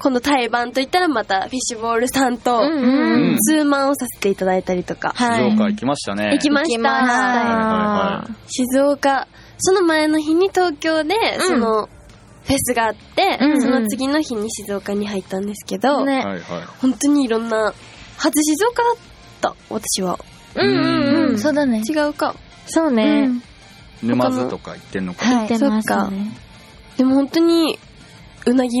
Speaker 4: この対バンといったらまたフィッシュボールさんと、
Speaker 1: うん
Speaker 4: ツーマンをさせていただいたりとか、
Speaker 1: 静
Speaker 2: はい。
Speaker 1: 岡行きましたね
Speaker 4: 行きまし
Speaker 2: 行きました
Speaker 4: た。静岡、その前の日に東京で、
Speaker 2: うん
Speaker 4: その、フェスがあって、
Speaker 2: うんうん
Speaker 4: その次の日に静岡に入ったんですけど、
Speaker 2: ね。
Speaker 1: はいは
Speaker 4: 本当にいろんな、初静岡だった、私は。
Speaker 2: うんうんう。
Speaker 3: うんん、
Speaker 2: そ
Speaker 3: そうだね。
Speaker 4: 違うか。
Speaker 2: そう
Speaker 3: う
Speaker 2: ね。
Speaker 3: ん
Speaker 1: い沼津とか行ってんのか、
Speaker 3: はい。
Speaker 2: 出ます
Speaker 4: そっか
Speaker 2: ね。
Speaker 4: でも本当に、うなぎ、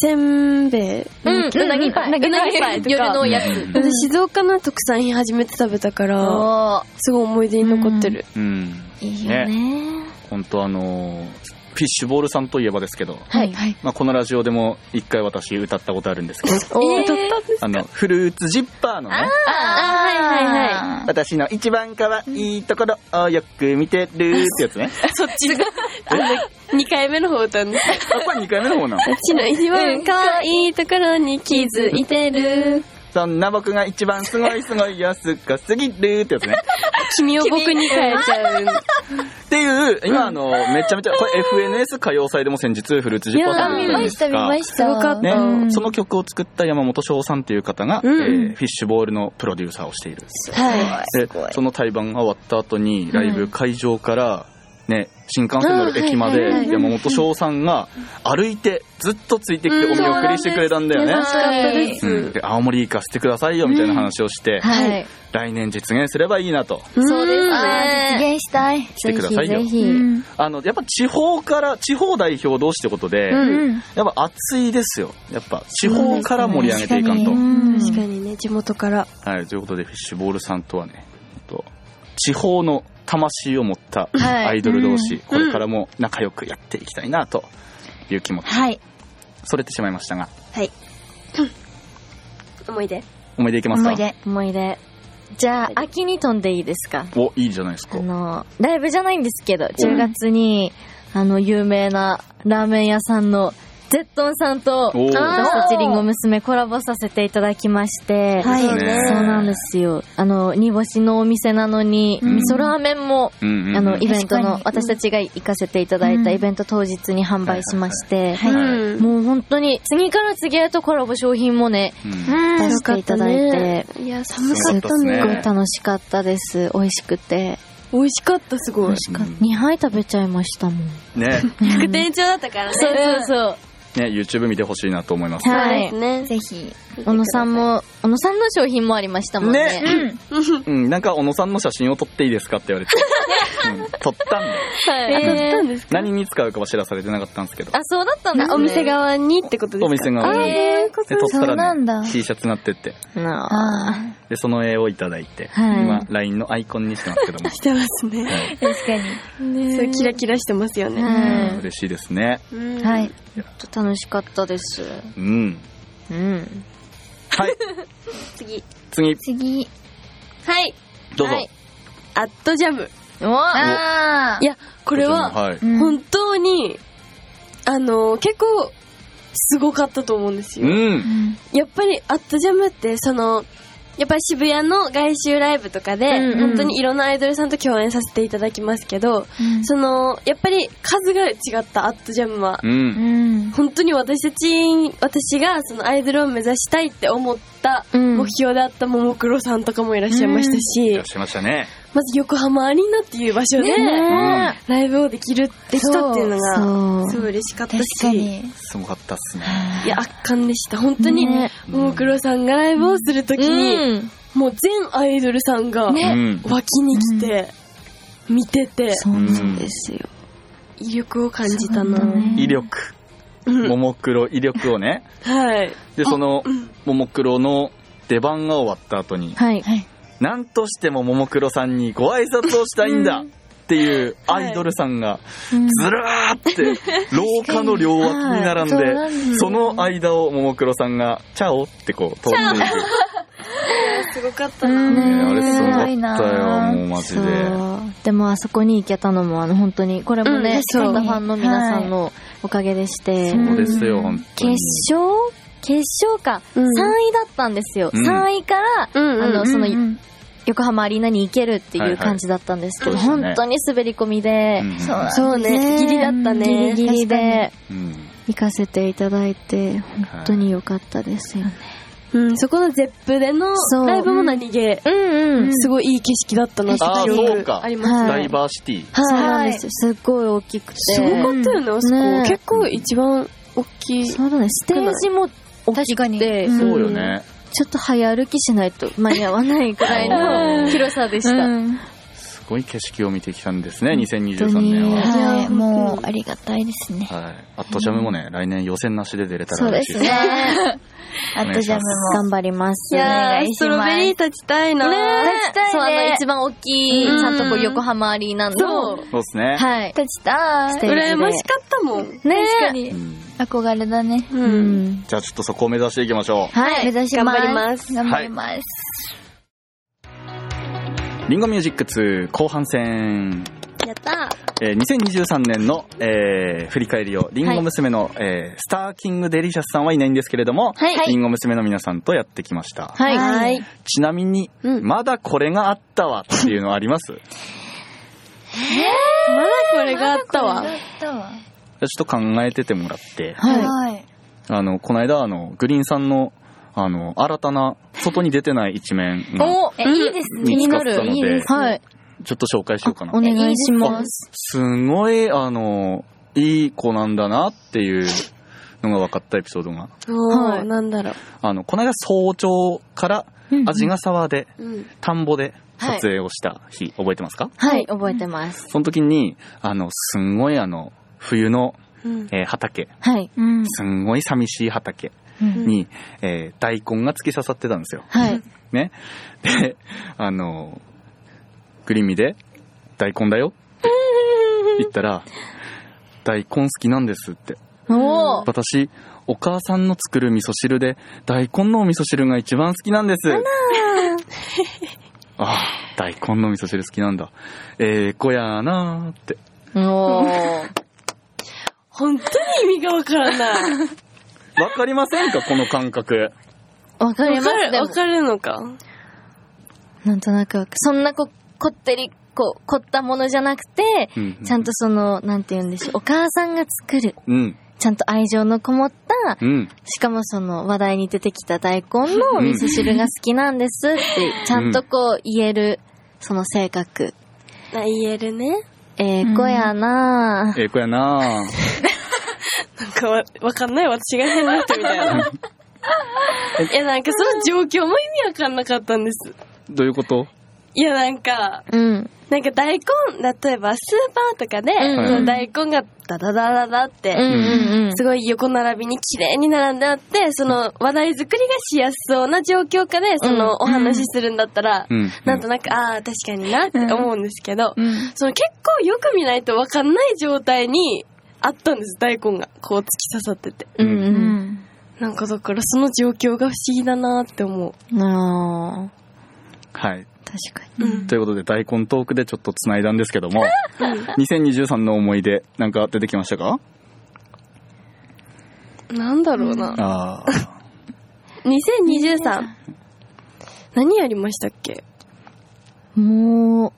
Speaker 4: せんべい、
Speaker 2: うん、うなぎパイ。
Speaker 4: うなぎパイとか
Speaker 2: 夜のおやつ。
Speaker 1: うん
Speaker 4: 私静岡の特産品初めて食べたから、
Speaker 2: おー
Speaker 4: すごい思い出に残ってる。
Speaker 1: うん
Speaker 3: いいよ
Speaker 1: ね
Speaker 2: ね
Speaker 1: 本当あのーフィッシュボールさんといえばですけど、
Speaker 2: はい。
Speaker 1: まあ、このラジオでも一回私歌ったことあるんですけど
Speaker 2: おー
Speaker 4: えーだったんです
Speaker 1: あのフルーツジッパーのね
Speaker 2: あ
Speaker 4: はいはいはい
Speaker 3: あー
Speaker 1: 私の一番可愛いところをよく見てるってやつ ね。
Speaker 4: そっちが、あの、2回目の方歌うん ですよ。
Speaker 1: あ、これ2回目の方なの
Speaker 4: 私の一番可愛いところに気づいてる。
Speaker 1: そんな僕が一番すごいすごいよ、すっごすぎるってやつね。
Speaker 4: 君を僕に変えちゃう。
Speaker 1: っていう、今あの、めちゃめちゃ、これ FNS 歌謡祭でも先日フルーツジッパーさん
Speaker 3: あ
Speaker 1: が出
Speaker 3: 見
Speaker 1: てるん
Speaker 3: ま
Speaker 1: で
Speaker 3: し
Speaker 1: す
Speaker 3: た、見
Speaker 1: が
Speaker 3: ました。
Speaker 4: すごかった
Speaker 1: ね
Speaker 4: う、ん
Speaker 1: その曲を作った山本翔さんという方が、
Speaker 4: うん
Speaker 1: えーフィッシュボールのプロデューサーをしている。
Speaker 3: はい。
Speaker 1: です
Speaker 3: ごい。
Speaker 1: その対バンが終わった後にライブ会場からね、新幹線乗る駅ま
Speaker 4: あはいはいは
Speaker 1: で
Speaker 4: い
Speaker 1: 山本翔さんが歩いてずっとついてきてお見送りしてくれたんだよね
Speaker 4: 優し。かったです。
Speaker 1: うん、で青森行かせてくださいよみたいな話をして、
Speaker 2: はい、
Speaker 4: は
Speaker 1: 来年実現すればいいなと
Speaker 2: そうです
Speaker 4: ん
Speaker 3: あー
Speaker 2: ね
Speaker 3: 実現したい。
Speaker 1: してくださいよ
Speaker 2: ぜひぜひ、
Speaker 3: うん
Speaker 1: あのやっぱ地方から地方代表同士ってことで、
Speaker 4: うん
Speaker 3: うん
Speaker 1: やっぱ熱いですよやっぱ地方から盛り上げていかんと、
Speaker 3: 確に
Speaker 4: 確かにね、地元から。
Speaker 1: はい、ということでフィッシュボールさんとはねほんと地方の魂を持った
Speaker 2: はい
Speaker 1: アイドル同士、
Speaker 3: うん
Speaker 1: これからも仲良くやっていきたいなという気持ち、
Speaker 3: はい。
Speaker 1: それてしまいましたが
Speaker 4: 思い出。
Speaker 1: 思い出いきます
Speaker 3: 思い
Speaker 1: か
Speaker 3: 出。
Speaker 2: 思い出じゃあ秋に飛んでいいですか
Speaker 1: おいいじゃないですか
Speaker 2: あのライブじゃないんですけど10月にあの有名なラーメン屋さんのゼットンさんと
Speaker 1: おー
Speaker 2: 私たちりんご娘コラボさせていただきまして、
Speaker 3: はい
Speaker 1: そうね
Speaker 2: そうなんですよあの煮干しのお店なのに、
Speaker 1: うん
Speaker 2: 味噌ラーメンも
Speaker 1: うんうんうん
Speaker 2: あのイベントの
Speaker 3: 確かに
Speaker 2: 私たちが行かせていただいた
Speaker 3: うん
Speaker 2: イベント当日に販売しまして、
Speaker 1: はい
Speaker 4: うん。
Speaker 2: もう本当に次から次へとコラボ商品もね
Speaker 1: うん
Speaker 2: 出
Speaker 4: よ
Speaker 2: し
Speaker 4: か
Speaker 2: て
Speaker 4: っ
Speaker 2: いただいて、
Speaker 4: ねいや、寒
Speaker 1: そ
Speaker 4: か
Speaker 1: う
Speaker 4: っ
Speaker 1: だった
Speaker 4: た
Speaker 1: っす
Speaker 2: す
Speaker 1: ね
Speaker 4: ね。
Speaker 2: ごい楽しかったです美味しくて
Speaker 4: 美味しかった、すごい。
Speaker 1: うん
Speaker 2: 2杯食べちゃいましたもん
Speaker 1: ね
Speaker 4: 副店長だったからね。
Speaker 2: そうそうそう
Speaker 1: ね YouTube 見てほしいなと思います
Speaker 4: そう
Speaker 2: は
Speaker 4: で
Speaker 2: い
Speaker 4: すね。
Speaker 3: ぜひ。
Speaker 2: 小野さんも小野さんの商品もありましたもんね
Speaker 1: ね
Speaker 3: うん。
Speaker 1: うん、なんか小野さんの写真を撮っていいですかって言われて、うん撮ったんで
Speaker 2: はい
Speaker 1: えー
Speaker 4: 撮ったんですか
Speaker 1: 何に使うかは知らされてなかったんですけど
Speaker 2: あそうだったんです、ね、
Speaker 4: お店側にってことですか
Speaker 1: お店側に
Speaker 4: あーそういうこと
Speaker 1: で撮った
Speaker 3: そうな
Speaker 1: ら
Speaker 3: んだ
Speaker 1: ね T シャツになってって
Speaker 2: なあ
Speaker 3: あ
Speaker 1: でその絵をいただいて、
Speaker 2: はい
Speaker 1: 今 LINE のアイコンにしてますけども、
Speaker 4: してますね。
Speaker 1: はい
Speaker 3: あ。確かに。
Speaker 4: そ
Speaker 2: ね
Speaker 4: う、キラキラしてますよね。
Speaker 2: は
Speaker 1: うん
Speaker 2: い
Speaker 1: 嬉しいですね
Speaker 4: うん
Speaker 3: はい。。
Speaker 2: ちょっと楽しかったです
Speaker 1: うん
Speaker 2: うん
Speaker 1: はい
Speaker 4: 次。
Speaker 1: 次
Speaker 3: 次。
Speaker 4: はい。
Speaker 1: どうぞ、
Speaker 4: はいアットジャム。
Speaker 2: おあ
Speaker 3: あ
Speaker 4: いや、これは、
Speaker 1: はい
Speaker 3: ーうん
Speaker 4: 本当に、あの、結構、すごかったと思うんです
Speaker 1: う
Speaker 4: よ。
Speaker 1: ん
Speaker 4: やっぱり、アットジャムって、その、やっぱり渋谷の外周ライブとかで、
Speaker 2: うんうん
Speaker 4: 本当にいろんなアイドルさんと共演させていただきますけど、
Speaker 3: うん
Speaker 4: その、やっぱり数が違ったアットジャムは
Speaker 1: う、ん
Speaker 3: うん。
Speaker 4: 本当に私たち、私がそのアイドルを目指したいって思った
Speaker 2: うん
Speaker 4: 目標だったももクロさんとかもいらっしゃいましたし、
Speaker 1: いらっしゃいましたね
Speaker 4: まず横浜アリーナっていう場所で、
Speaker 1: ね
Speaker 4: ライブをできる、できたっていうのが、
Speaker 2: そう
Speaker 4: すごい嬉しかった
Speaker 3: 確
Speaker 4: し、
Speaker 3: かに。
Speaker 1: すごかったっすね
Speaker 4: いや、圧巻でした。本当に、
Speaker 2: ね
Speaker 4: ももクロさんがライブをするときに、
Speaker 2: うん
Speaker 4: もう全アイドルさんが、
Speaker 1: う
Speaker 2: ね
Speaker 1: ん
Speaker 4: 脇に来て、見てて、
Speaker 2: そう
Speaker 1: うん
Speaker 2: ですよ
Speaker 4: 威力を感じたな。
Speaker 2: そうだね
Speaker 1: 威力
Speaker 4: うん
Speaker 1: ももクロ威力をね
Speaker 4: はい。
Speaker 1: でその
Speaker 4: うん
Speaker 1: ももクロの出番が終わった後に
Speaker 2: はい
Speaker 3: はい。
Speaker 1: 何としてもももクロさんにご挨拶をしたいんだっていうアイドルさんが
Speaker 3: うん
Speaker 1: ずらーって廊下の両脇に並ん
Speaker 3: そうな
Speaker 1: で
Speaker 3: んです
Speaker 1: その間をももクロさんが「チャオ」ってこう通っていく
Speaker 4: すごかった
Speaker 3: う
Speaker 4: な。
Speaker 3: ん
Speaker 1: ねあれすごか
Speaker 3: すごい
Speaker 1: った
Speaker 3: な
Speaker 1: よもうマジ
Speaker 2: そ
Speaker 1: で
Speaker 2: うでもあそこに行けたのもあの本当にこれも
Speaker 4: う
Speaker 2: ね
Speaker 4: ん
Speaker 2: そ
Speaker 4: そうう
Speaker 2: ファンの皆さんのおかげでして、
Speaker 3: ん
Speaker 1: そうですよ本当に
Speaker 2: 決勝決勝か、
Speaker 4: うん
Speaker 2: 3位だったんですよ、
Speaker 1: うん
Speaker 2: 3位から
Speaker 4: うんうん
Speaker 2: あのその
Speaker 3: うんうん
Speaker 2: 横浜アリーナに行けるって
Speaker 1: はい
Speaker 2: い
Speaker 1: は
Speaker 2: う
Speaker 1: い
Speaker 2: 感じだったんですけど、
Speaker 1: そうですね
Speaker 2: 本当に滑り込みで、
Speaker 1: うん
Speaker 3: そうだ
Speaker 4: そうね、ギリだった
Speaker 2: ギリ
Speaker 4: ね。
Speaker 2: ギリで
Speaker 1: うん
Speaker 2: 行かせていただいて本当に良かったですよね、
Speaker 4: うん、そこのゼップでの
Speaker 2: そう
Speaker 4: ライブも何気、
Speaker 2: うんうん
Speaker 4: すごいいい景色だったなって
Speaker 1: あー
Speaker 4: 記
Speaker 1: そう
Speaker 4: 憶
Speaker 1: か
Speaker 4: あります
Speaker 1: ダ
Speaker 2: は
Speaker 1: イ
Speaker 2: い
Speaker 1: バーシティ
Speaker 2: そう
Speaker 4: はい。
Speaker 2: なんですよすっごい大きくて
Speaker 4: すごかったよね、あそ
Speaker 2: ね
Speaker 4: こ。結構一番大きい。
Speaker 2: そうだねステージも大き
Speaker 3: 確か
Speaker 2: く
Speaker 3: に
Speaker 2: て
Speaker 3: うん
Speaker 1: そうよね
Speaker 2: ちょっと早歩きしないと間に合わないくらい
Speaker 1: うん
Speaker 2: の広さでした、
Speaker 3: うん
Speaker 1: すごい景色を見てきたんですね2023
Speaker 2: 本当に
Speaker 1: 年は
Speaker 3: はいい。
Speaker 4: や
Speaker 3: もう、ありがたいですね。
Speaker 1: はいアットジャムもね来年予選なしで出れた
Speaker 2: そ
Speaker 1: ら
Speaker 2: うで
Speaker 1: 嬉しい
Speaker 2: すね
Speaker 3: あとジャムも。
Speaker 2: 頑張ります
Speaker 4: いや
Speaker 3: お願い
Speaker 4: ー、
Speaker 3: します
Speaker 4: ストロベリー立ちたいな。
Speaker 2: 立ちたいねそうあの一番大きい、
Speaker 4: うん
Speaker 2: ちゃんとこう横浜アリーナ
Speaker 4: そ
Speaker 2: の
Speaker 4: う。
Speaker 1: そうですね
Speaker 2: はい
Speaker 3: 立ちた
Speaker 2: ス
Speaker 3: い
Speaker 2: テ。ージで
Speaker 4: 羨ましかったもん。
Speaker 2: ね
Speaker 4: 確か
Speaker 1: う
Speaker 4: に。
Speaker 1: ん
Speaker 3: 憧れだね。
Speaker 4: う。
Speaker 2: うんん
Speaker 1: じゃあちょっとそこを目指していきましょ
Speaker 3: はい。目指します。
Speaker 4: 頑張ります
Speaker 3: 頑張ります。
Speaker 1: うリンゴミュージック2後半戦
Speaker 4: やった
Speaker 1: えー2023年の、えー振り返りをリンゴ娘の、えースターキングデリシャスさんはいないんですけれども、
Speaker 2: はい
Speaker 1: リンゴ娘の皆さんとやってきました、
Speaker 2: はい、
Speaker 3: は
Speaker 4: はいい。
Speaker 1: ちなみに、
Speaker 4: うん
Speaker 1: まだこれがあったわっていうのはあります じゃ
Speaker 4: まだこれがあったわ。
Speaker 3: やったわ。
Speaker 1: あちょっと考えててもらって
Speaker 2: は
Speaker 3: はい。
Speaker 1: あのこの間あのグリーンさんのあの新たな外に出てない一面
Speaker 2: い、
Speaker 1: が
Speaker 2: お
Speaker 3: え、いいですね。
Speaker 1: 見つかったので
Speaker 2: はい
Speaker 1: ちょっと紹介しようかな
Speaker 2: お。願いします。
Speaker 1: すごい、あの、いい子なんだなっていうのが分かったエピソードが。
Speaker 4: お
Speaker 2: は
Speaker 4: ー、
Speaker 2: い
Speaker 4: なんだろ
Speaker 1: あの、この間早朝から、
Speaker 3: うん
Speaker 1: 味ヶ沢で、
Speaker 4: う。うん。
Speaker 1: 田んぼで撮影をした日、覚えてますか
Speaker 2: はい、覚えてます。
Speaker 1: その時に、あの、すんごいあの、冬の、
Speaker 4: うん。
Speaker 1: えー畑、
Speaker 2: はい。
Speaker 3: うん。
Speaker 1: すんごい寂しい畑
Speaker 3: うん
Speaker 1: に、えー大根が突き刺さってたんですよ。
Speaker 2: はい。
Speaker 1: ね。で、あの、グリミで、大根だよって言ったら、大根好きなんですって。
Speaker 2: おー
Speaker 1: 私、お母さんの作る味噌汁で、大根のお味噌汁が一番好きなんです。ああ、大根の味噌汁好きなんだ。ええ子やなーって。
Speaker 2: おー
Speaker 4: 本当に意味がわからない。
Speaker 1: わかりませんかこの感覚。
Speaker 2: わかり
Speaker 4: わか
Speaker 2: ます、
Speaker 4: る、
Speaker 2: で
Speaker 4: わ
Speaker 2: も。
Speaker 4: かるのか。
Speaker 2: なんとなくわかるそんなこ、こってり、こう、凝ったものじゃなくて、
Speaker 1: うん
Speaker 2: ちゃんとその、なんて言うんでしょう、お母さんが作る、
Speaker 1: うん。
Speaker 2: ちゃんと愛情のこもった、
Speaker 1: うん。
Speaker 2: しかもその話題に出てきた大根の味噌汁が好きなんですって、ちゃんとこう言える、その性格。
Speaker 4: あ、言えるね。
Speaker 2: ええ子やなぁ。
Speaker 1: ええ子やなー。
Speaker 4: なんかわ、わかんない。私が変な人みたいな。 いや、なんかその状況も意味わかんなかったんです。
Speaker 1: どういうこと
Speaker 4: いや、なんか、
Speaker 2: うん。
Speaker 4: なんか大根、例えばスーパーとかで、
Speaker 2: うん
Speaker 4: その大根がダダダダダっ
Speaker 2: うんう
Speaker 4: て、
Speaker 2: んうん。
Speaker 4: すごい横並びに綺麗に並んであって、その話題作りがしやすそうな状況下で、そのお話しするんだったら、
Speaker 1: うん。
Speaker 4: なんとなく、ああ、確かになって思うんですけど、
Speaker 3: うん。
Speaker 4: その結構よく見ないとわかんない状態にあったんです、大根が。こう突き刺さってて。
Speaker 2: うん
Speaker 3: う。
Speaker 2: うん
Speaker 4: なんかだからその状況が不思議だなって思う。
Speaker 2: ん。なぁ。
Speaker 1: はい。
Speaker 2: 確かに。
Speaker 3: うん
Speaker 1: ということで、大根トークでちょっと繋いだんですけども、2023の思い出、なんか出てきましたか
Speaker 4: なんだろうな。
Speaker 1: ああ。
Speaker 4: 2023。何やりましたっけ
Speaker 2: もう、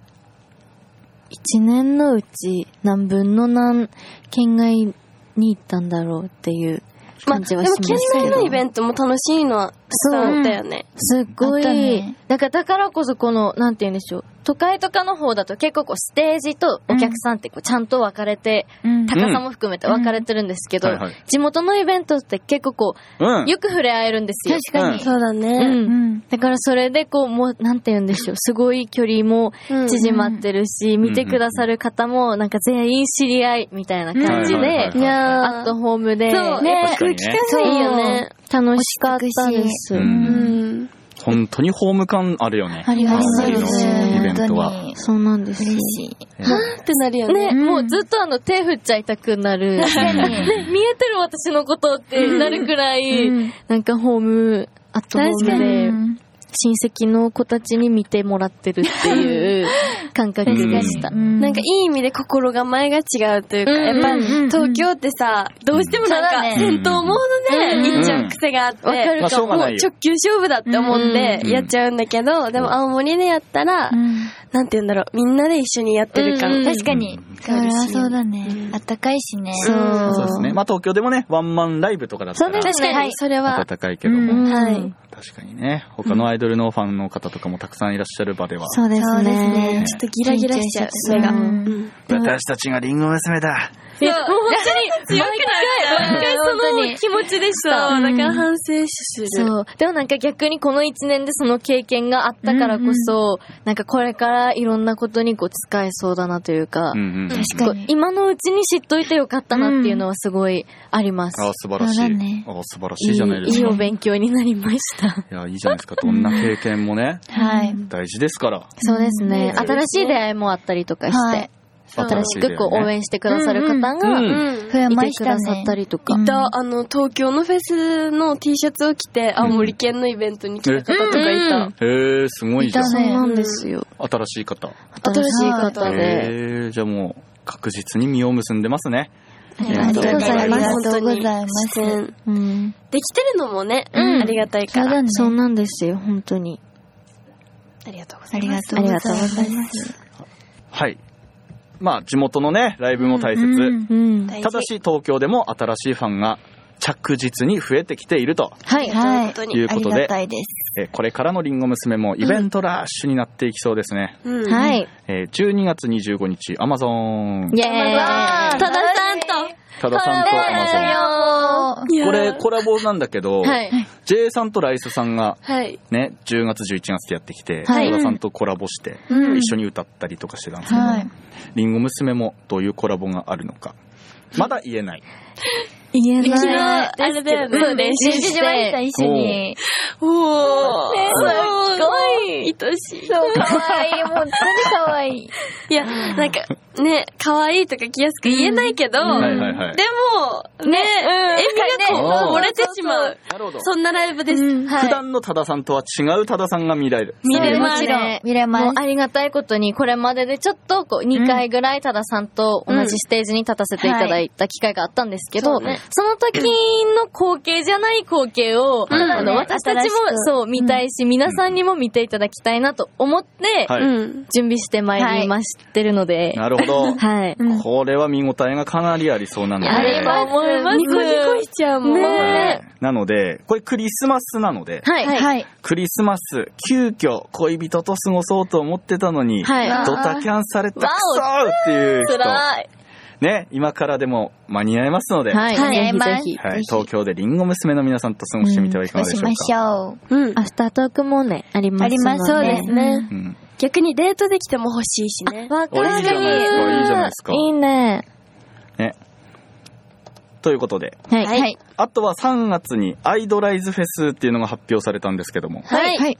Speaker 2: 一年のうち何分の何県外に行ったんだろうっていう
Speaker 4: まあ、
Speaker 2: 感じ
Speaker 4: で
Speaker 2: は
Speaker 4: も
Speaker 2: しま
Speaker 4: 県
Speaker 2: したけ
Speaker 4: 内
Speaker 2: ど。
Speaker 4: のイベントも楽しいのは伝わったよね。
Speaker 2: すっごい、
Speaker 3: あったね
Speaker 2: だからだからこそこのなんて言うんでしょう都会とかの方だと結構こうステージとお客さんってこうちゃんと分かれて、
Speaker 3: うん。
Speaker 2: 高さも含めて分かれてるんですけど、
Speaker 1: うんはいはい
Speaker 2: 地元のイベントって結構こ
Speaker 1: うん
Speaker 2: う。よく触れ合えるんですよ
Speaker 3: 確か
Speaker 1: うん
Speaker 3: に。
Speaker 4: そうだ
Speaker 2: う
Speaker 4: ね。
Speaker 2: ん
Speaker 3: うん。
Speaker 2: だからそれでこうもうなんて言うんでしょうすごい距離も
Speaker 4: うん
Speaker 2: 縮まってるし、見てくださる方もなんか全員知り合いみたいな感じで、
Speaker 1: うんはいはいはい
Speaker 4: いやー
Speaker 2: アットホームで
Speaker 4: そう、
Speaker 2: ね
Speaker 4: ね
Speaker 1: 確かにね
Speaker 4: 空気感がいいよね。
Speaker 2: 楽しかったです、
Speaker 1: う
Speaker 4: うんん。
Speaker 1: 本当にホーム感あるよね。
Speaker 3: ありがとうございま
Speaker 1: あ
Speaker 3: す。
Speaker 1: のイベン
Speaker 3: 本
Speaker 1: トは
Speaker 3: 当に。
Speaker 2: そうなんですよ
Speaker 3: 嬉しい。
Speaker 1: えー
Speaker 4: ってなるよね。
Speaker 2: ね、
Speaker 3: うん
Speaker 2: もうずっとあの手振っちゃいたくな る。ね、見えてる私のことってなるくらい、
Speaker 3: うん
Speaker 2: なんかホーム、アットホームで
Speaker 3: う、ん
Speaker 2: 親戚の子たちに見てもらってるっていう感覚がした。
Speaker 4: なんかいい意味で心構えが違うというか、
Speaker 2: うん
Speaker 4: やっぱ
Speaker 2: うん
Speaker 4: 東京ってさ、どうしてもなんか
Speaker 3: そうだね
Speaker 4: 戦闘モードで
Speaker 2: うん
Speaker 4: 行っちゃう癖があって、
Speaker 2: わかる
Speaker 1: まあしょうが
Speaker 4: もう
Speaker 1: ないよ
Speaker 4: 直球勝負だって思って
Speaker 1: うん
Speaker 4: やっちゃうんだけど、でも青森でやったら、
Speaker 3: うん
Speaker 4: なんて言うんだろう、みんなで一緒にやってる感。
Speaker 2: うん
Speaker 3: 確かに。それはそうだね
Speaker 4: う。ん
Speaker 3: あったかいしね。
Speaker 2: そう
Speaker 1: そうですね。まあ東京でもね、ワンマンライブとかだったら
Speaker 2: そうです
Speaker 4: 確か
Speaker 3: は
Speaker 4: に
Speaker 3: い、
Speaker 4: それは、
Speaker 1: 暖かいけども、
Speaker 3: うん
Speaker 4: はい
Speaker 1: 確かにね、他のアイドルのファンの方とかもたくさんいらっしゃる場では、
Speaker 2: そうで
Speaker 3: そ
Speaker 2: す
Speaker 3: うです
Speaker 2: ね
Speaker 3: ね。
Speaker 4: ちょっとギラギラしちゃう、目が。
Speaker 2: う
Speaker 4: うんん
Speaker 1: 私たちがリンゴ娘だ。
Speaker 4: そう、もう本当に強くなった。毎回
Speaker 2: うん
Speaker 4: そ
Speaker 2: 本当
Speaker 4: の
Speaker 2: に
Speaker 4: 気持ちでした。
Speaker 3: う
Speaker 4: だ
Speaker 3: ん
Speaker 4: から反省する。
Speaker 2: そう。でもなんか逆にこの一年でその経験があったからこそ、なんかこれからいろんなことにこう使えそうだなというか、
Speaker 1: うんうん。
Speaker 3: 確か
Speaker 2: こう
Speaker 3: に。
Speaker 2: 今のうちに知っといてよかったなっていうのはすごいあります。
Speaker 1: ああ、素晴らし
Speaker 3: そうだ
Speaker 1: い
Speaker 3: ね。
Speaker 1: ああ、素晴らしいじゃないで
Speaker 2: い
Speaker 1: す
Speaker 2: い
Speaker 1: か。
Speaker 2: お勉強になりました。
Speaker 1: いや、いいじゃないですか。どんな経験もね、
Speaker 3: はい。
Speaker 1: 大事ですから。
Speaker 2: そうですね。
Speaker 4: うん
Speaker 2: 新しい出会いもあったりとかし
Speaker 3: は
Speaker 2: て
Speaker 3: い、
Speaker 4: そう
Speaker 2: 新しくこう応援してくださる方
Speaker 1: う
Speaker 2: が
Speaker 1: ん
Speaker 4: うん
Speaker 3: 増え
Speaker 2: い
Speaker 3: ま
Speaker 2: て
Speaker 3: し
Speaker 2: く
Speaker 3: た
Speaker 2: ださ
Speaker 3: ね
Speaker 2: っ。たりとか
Speaker 4: い。た、あの、東京のフェスの T シャツを着て、青森県のイベントに来た方とかいた。
Speaker 1: へえ、すごいじゃん
Speaker 3: い。た
Speaker 2: そ
Speaker 3: ね
Speaker 2: うなんですよ。
Speaker 1: 新しい方。
Speaker 2: 新しい方で。
Speaker 1: へえ、じゃあもう、確実に実を結んでますね。
Speaker 3: あ
Speaker 1: り
Speaker 3: り
Speaker 1: が
Speaker 3: が
Speaker 1: と
Speaker 3: と
Speaker 1: うご
Speaker 3: うご
Speaker 1: ざ
Speaker 3: ざ
Speaker 1: い
Speaker 3: い
Speaker 1: ま
Speaker 3: ますす。
Speaker 4: 本当に
Speaker 3: そ
Speaker 4: 視
Speaker 3: う
Speaker 4: 線
Speaker 2: うん
Speaker 4: できてるのもね、
Speaker 3: うん
Speaker 4: ありがたいから。
Speaker 3: だね。
Speaker 2: そうなんですよ、本当に。
Speaker 4: ありがとうござ
Speaker 3: あ
Speaker 4: い
Speaker 3: り
Speaker 4: ま
Speaker 3: が
Speaker 4: す。
Speaker 3: とうございます。
Speaker 2: あ
Speaker 3: あ
Speaker 2: り
Speaker 3: り
Speaker 2: が
Speaker 3: が
Speaker 2: と
Speaker 3: とう
Speaker 1: はい。まあ、地元のね、ライブも大切。
Speaker 3: うん
Speaker 2: うん。
Speaker 1: ただし、東京でも新しいファンがち着実に増えてきていると、
Speaker 2: はい。
Speaker 4: という
Speaker 3: は
Speaker 4: こ
Speaker 3: い。
Speaker 4: と
Speaker 1: とい
Speaker 4: に。
Speaker 1: う
Speaker 3: あ
Speaker 1: こ
Speaker 3: り
Speaker 1: とで
Speaker 3: がたいです。
Speaker 1: えーこれからのりんご娘もイベントラッシュになっていきそうですね、
Speaker 4: うん
Speaker 2: はい。
Speaker 1: えー12月25日アマゾン
Speaker 2: イェーイ。
Speaker 3: わー
Speaker 4: 多田さんと。
Speaker 1: 多田さんとアマゾン
Speaker 4: よ
Speaker 1: これコラボなんだけど、
Speaker 4: はい。
Speaker 1: J さんとライスさんが
Speaker 4: はい。
Speaker 1: ね10月11月でやってきて、
Speaker 2: はい
Speaker 1: 小田さんとコラボして、
Speaker 3: うん
Speaker 1: 一緒に歌ったりとかしてたんですけど、
Speaker 3: はい。
Speaker 1: りんご娘もどういうコラボがあるのかまだ言えない
Speaker 2: 言え
Speaker 4: 昨日、
Speaker 2: ない。
Speaker 4: あれだよね。
Speaker 2: そう練習して
Speaker 3: しました、一緒に。
Speaker 4: おー。
Speaker 3: ね
Speaker 4: す
Speaker 3: すごい
Speaker 4: 愛しい。
Speaker 3: そう、かわいい。もう、本当にかわいい。
Speaker 4: いや、なんか、ね、可愛いとか気安く言えないけど、
Speaker 3: うん
Speaker 1: はいはいはい
Speaker 4: でも、ね、笑みが
Speaker 1: ね
Speaker 4: こう、漏れてしまう。
Speaker 1: なるほど
Speaker 4: そんなライブです。
Speaker 3: うんはい
Speaker 1: 普段の多田さんとは違う多田さんが見られる
Speaker 4: 見れます
Speaker 2: そうですね
Speaker 3: 見れます
Speaker 2: もうありがたいことに、これまででちょっと、こう、2回ぐらい、たださんと同じステージに立たせていただいた機会があったんですけど、
Speaker 4: うんはい
Speaker 2: その時の光景じゃない光景を、
Speaker 4: うん
Speaker 2: あの、
Speaker 3: ね
Speaker 2: 私た
Speaker 3: 新
Speaker 2: ちも
Speaker 3: しく
Speaker 2: そう見たいし、皆さんにも見ていただきたいなと思って、
Speaker 1: はい、
Speaker 4: うん。
Speaker 2: 準備してまいりましてるので、
Speaker 1: なるほど、
Speaker 2: はい。
Speaker 3: うん
Speaker 1: これは見応えがかなりありそうなので
Speaker 2: あります
Speaker 4: ニコニコしちゃうもん。
Speaker 1: はい
Speaker 2: ね
Speaker 1: なのでこれクリスマスなので、
Speaker 2: はい。はい。
Speaker 3: い。
Speaker 1: クリスマス急遽恋人と過ごそうと思ってたのに、
Speaker 2: はい
Speaker 3: わあ
Speaker 1: ドタキャンされたくそ
Speaker 2: わ
Speaker 1: ーっていう人
Speaker 2: 辛い。
Speaker 1: ね今からでも間に合いますので、
Speaker 2: はい。
Speaker 3: はい
Speaker 2: ぜひぜひ。
Speaker 1: はい
Speaker 3: ぜひ
Speaker 1: 東京でリンゴ娘の皆さんと過ごしてみてはいか
Speaker 3: ど
Speaker 1: が
Speaker 3: う
Speaker 1: でしょ
Speaker 3: し
Speaker 1: うか
Speaker 3: ま、しょう。
Speaker 4: うん。
Speaker 2: アフタートークもね、ありますの
Speaker 3: あ
Speaker 2: で。
Speaker 3: ります
Speaker 4: そ
Speaker 3: そう
Speaker 4: うで
Speaker 3: ですす
Speaker 4: ね
Speaker 3: ね。
Speaker 1: うん
Speaker 4: 逆にデートできても欲しいしね。
Speaker 2: わかる。
Speaker 1: おいいじゃないですかいいじゃないですか
Speaker 2: いいね。
Speaker 1: ね。ということで、
Speaker 2: はい。
Speaker 3: はい。はい。
Speaker 1: あとは3月にアイドライズフェスっていうのが発表されたんですけども、
Speaker 4: はい
Speaker 3: はい。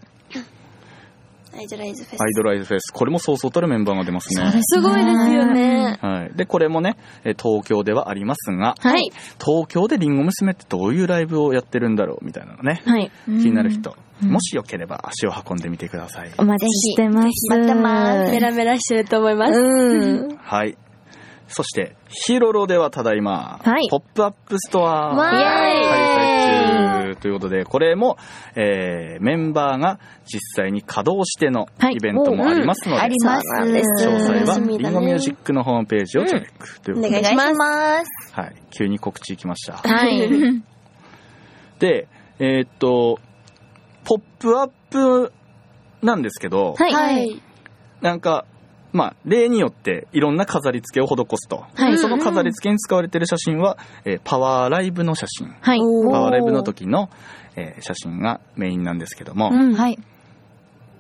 Speaker 4: アイドライズフェス。
Speaker 1: アイドライズフェス、これもそうそうたるメンバーが出ますね。
Speaker 4: すごいですよね。
Speaker 1: はい。で、これもね、え東京ではありますが、
Speaker 2: はい。
Speaker 1: 東京でリンゴ娘ってどういうライブをやってるんだろうみたいなのね、
Speaker 2: はい。
Speaker 3: 気
Speaker 1: 気になる。人、
Speaker 2: うん
Speaker 1: もしよければ足を運んでみてください。
Speaker 2: お待ちしてます。
Speaker 3: ぜひ待ってます
Speaker 4: メラメラしてると思います。
Speaker 2: うん。
Speaker 1: はい。そして、ヒロロではただいま、
Speaker 2: はい
Speaker 1: ポップアップストア
Speaker 3: わーい
Speaker 1: 開催中ということで、これも、えーメンバーが実際に稼働しての
Speaker 2: はい
Speaker 1: イベントもありますので、
Speaker 3: あります。
Speaker 2: そうなんです
Speaker 1: 詳細は
Speaker 4: 楽し
Speaker 1: リ
Speaker 4: みだね
Speaker 1: ンゴミュージックのホームページをチェックということ
Speaker 4: お
Speaker 1: で、
Speaker 4: 願いし
Speaker 3: ます。
Speaker 1: はい、急に告知いきました。
Speaker 2: はい。
Speaker 1: で、えーっと、ポップアップなんですけど、
Speaker 2: はい。
Speaker 3: は
Speaker 2: はいい。
Speaker 1: なんか、まあ、例によっていろんな飾り付けを施すと。
Speaker 2: はい
Speaker 1: その飾り付けに使われている写真は、えーパワーライブの写真。
Speaker 2: はい。
Speaker 1: パ
Speaker 3: お
Speaker 1: ワーライブの時の、えー写真がメインなんですけども、
Speaker 4: うん
Speaker 3: はい。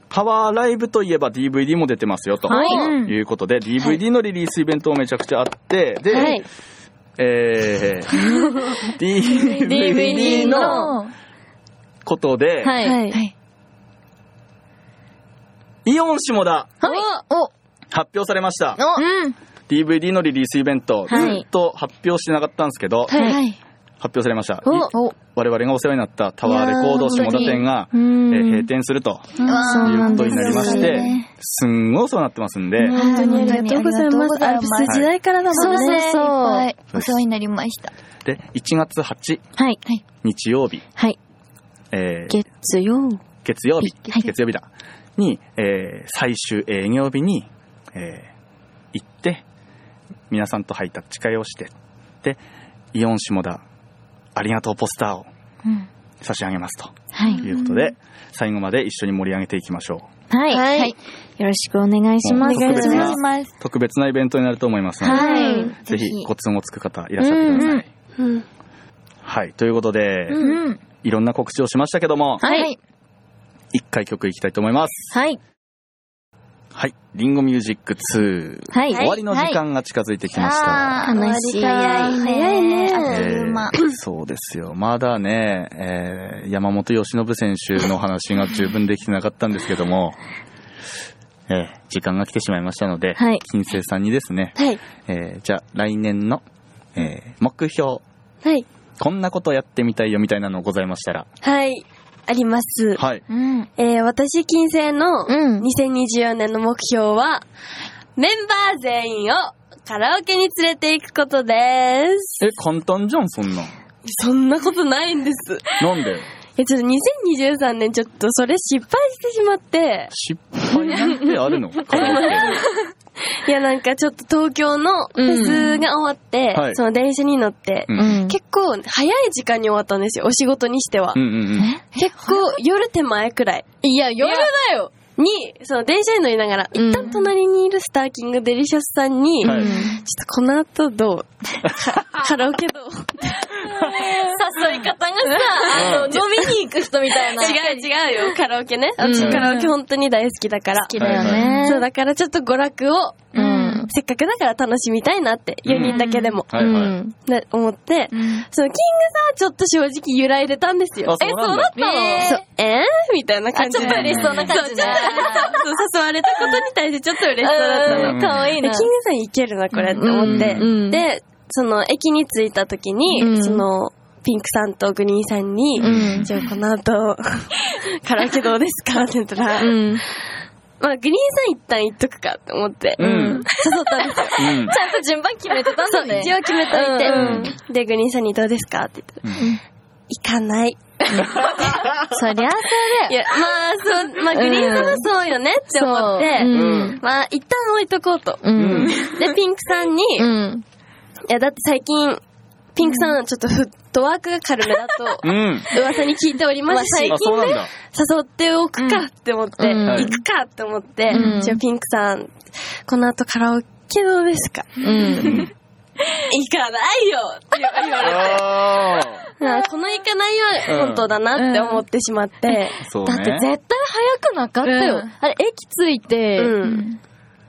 Speaker 1: パワーライブといえば DVD も出てますよと。
Speaker 2: はい
Speaker 1: い、うことで、DVD のリリースイベントもめちゃくちゃあって、で、
Speaker 4: はい。
Speaker 1: えー DVD の
Speaker 3: の、は
Speaker 1: ことで、
Speaker 2: は
Speaker 4: い。
Speaker 2: い。
Speaker 3: い。
Speaker 1: イオン下田
Speaker 3: おお
Speaker 1: 発表されました。
Speaker 3: うん。
Speaker 1: DVD のリリースイベント、ず
Speaker 2: はい
Speaker 1: っと発表してなかったんですけど、
Speaker 3: はい。
Speaker 1: 発表されました。
Speaker 3: お
Speaker 1: 我々がお世話になったタワーレコード下田店が、え
Speaker 2: うん
Speaker 1: ー閉店すると
Speaker 3: うわー
Speaker 2: そう
Speaker 1: いう
Speaker 2: な
Speaker 1: こ
Speaker 2: ん
Speaker 1: と
Speaker 2: で
Speaker 1: に
Speaker 2: す
Speaker 1: なりまし
Speaker 3: そう
Speaker 1: て
Speaker 3: ですね、
Speaker 1: すんごいお世話になってますんで、
Speaker 4: 本当にありがとうございます。
Speaker 3: はい
Speaker 4: アルプス時代からだ
Speaker 3: そ
Speaker 4: も
Speaker 3: うんで
Speaker 4: ね。
Speaker 3: すね。
Speaker 2: そうそう
Speaker 3: いっぱいお世話になりました。
Speaker 1: で、1月8
Speaker 2: はい。
Speaker 1: 日曜日、
Speaker 2: はい。
Speaker 1: えー
Speaker 2: 月曜。
Speaker 1: 月曜日、
Speaker 2: はい
Speaker 1: 月曜日だ、に、えー最終営業日に、えー行って、皆さんとハイタッチ会をして、で、イオン下田、ありがとうポスターを
Speaker 3: うん
Speaker 1: 差し上げますと
Speaker 2: はい。
Speaker 1: いうことで、最後まで一緒に盛り上げていきましょう。
Speaker 2: はい。
Speaker 3: はい
Speaker 2: よろしくお願いします。
Speaker 1: お願いします
Speaker 3: ます。
Speaker 1: 特別なイベントになると思いますので、
Speaker 2: はい。
Speaker 1: ぜひコツをつく方いらっしゃってください。
Speaker 2: うんう
Speaker 4: うん
Speaker 1: はい、ということで、
Speaker 4: うん
Speaker 3: うん。
Speaker 1: いろんな告知をしましたけども、
Speaker 2: はい。
Speaker 1: 一回曲いきたいと思います。
Speaker 2: はい。
Speaker 1: はい、リンゴミュージック2、
Speaker 2: はい。
Speaker 1: 終わりの時間が近づいてきました。
Speaker 3: あー
Speaker 2: 悲しい
Speaker 3: 早いね。
Speaker 4: 早いね
Speaker 3: あ
Speaker 1: え
Speaker 3: っという 間。
Speaker 1: ーそうですよ。まだね、えー山本由伸選手の話が十分できてなかったんですけども、えー時間が来てしまいましたので、
Speaker 2: はい
Speaker 1: 金星さんにですね、
Speaker 4: はい。
Speaker 1: えーじゃあ来年の、えー目標、
Speaker 4: はい。
Speaker 1: こんなことやってみたいよみたいなのございましたら、
Speaker 4: はい。あります。
Speaker 1: はい。
Speaker 3: うん。
Speaker 4: えー、私、金星の
Speaker 2: うん
Speaker 4: 2024年の目標は、メンバー全員をカラオケに連れて行くことです。
Speaker 1: え、簡単じゃん、そんなん。
Speaker 4: そんなことないんです。
Speaker 1: なんで
Speaker 4: え、ちょっと2023年ちょっとそれ失敗してしまって、
Speaker 1: 失敗なんてあるのカラオケ
Speaker 4: いや、なんかちょっと東京のフェスが終わって、
Speaker 1: うんはい
Speaker 4: その電車に乗って、
Speaker 1: うん
Speaker 2: うん。
Speaker 4: 結構早い時間に終わったんですよ、お仕事にしては。
Speaker 1: うんうんうん。
Speaker 4: 結構夜手前くらい。いや、夜だよに、その電車に乗りながら、
Speaker 2: うん
Speaker 4: 一旦隣にいるスターキングデリシャスさんに、
Speaker 1: はい
Speaker 4: ちょっとこの後どう カラオケどう
Speaker 5: 誘い方がさ、あの、飲みに行く人みたいな。
Speaker 4: 違う違うよ、カラオケね。
Speaker 2: うん
Speaker 4: 私カラオケ本当に大好きだから。
Speaker 2: だよ
Speaker 1: はい
Speaker 2: ね。
Speaker 4: そうだからちょっと娯楽を、
Speaker 2: う
Speaker 5: うん
Speaker 2: ん。
Speaker 4: せっかくだから楽しみたいなって、4人だけでも、
Speaker 1: はいはい。
Speaker 4: な思って、そのキングさんはちょっと正直揺らいでたんですよ。
Speaker 1: あそうなんだ
Speaker 4: え
Speaker 5: えー
Speaker 4: そうだったのそうえーみたいな
Speaker 5: あ、
Speaker 4: 感
Speaker 5: ち
Speaker 4: じ
Speaker 5: ょ
Speaker 4: で。
Speaker 5: っと嬉しそうな感じね。
Speaker 4: そう誘われたことに対してちょっと嬉しそうだったの。
Speaker 5: うんかわいい
Speaker 4: で
Speaker 5: な。
Speaker 4: キングさんいけるな、これって思って。
Speaker 2: うんうん
Speaker 4: で、その駅に着いた時に、
Speaker 2: うん
Speaker 4: その、ピンクさんとグリーンさんに、
Speaker 2: うん
Speaker 4: じゃあこの後、 カラオケどうですかって言ったら、
Speaker 2: うん。
Speaker 4: まあグリーンさん一旦言っとくかって思って、
Speaker 1: うん
Speaker 4: 誘ったんですよ。
Speaker 1: うん。
Speaker 5: ちゃんと順番決めてたん
Speaker 4: そ
Speaker 5: だ
Speaker 4: う、
Speaker 5: ね。
Speaker 4: 一応決めといて、で、グリーンさんにどうですかって言ったら、
Speaker 1: う
Speaker 4: 行かない。
Speaker 2: そりゃそう
Speaker 4: いや、まあ、そう、まあ、グリーンさんはそうよねって思って、
Speaker 2: だよ。うん。
Speaker 4: まあ、一旦置いとこうと。
Speaker 2: うん。
Speaker 4: で、ピンクさんに、
Speaker 2: う
Speaker 4: い
Speaker 2: ん。
Speaker 4: や、だって最近、ピンクさんちょっとフットワークが軽めだと、
Speaker 1: うん。
Speaker 4: 噂に聞いており まして、最
Speaker 1: あ、そう
Speaker 4: 近
Speaker 1: なん
Speaker 4: ね、
Speaker 1: だ。
Speaker 4: 誘っておくかって思って、
Speaker 2: うん
Speaker 1: はい
Speaker 4: 行くかって思って、
Speaker 2: うん
Speaker 4: じゃあピンクさん、この後カラオケどうですか
Speaker 2: うん。
Speaker 4: 行かないよって言われて。
Speaker 1: あ
Speaker 4: うんこの行かないは本当だなって思ってしまって、
Speaker 1: ーそう
Speaker 2: だって絶
Speaker 1: ね。
Speaker 2: 対早くなかったよ。
Speaker 5: うん
Speaker 2: あれ、駅着いて、
Speaker 4: うん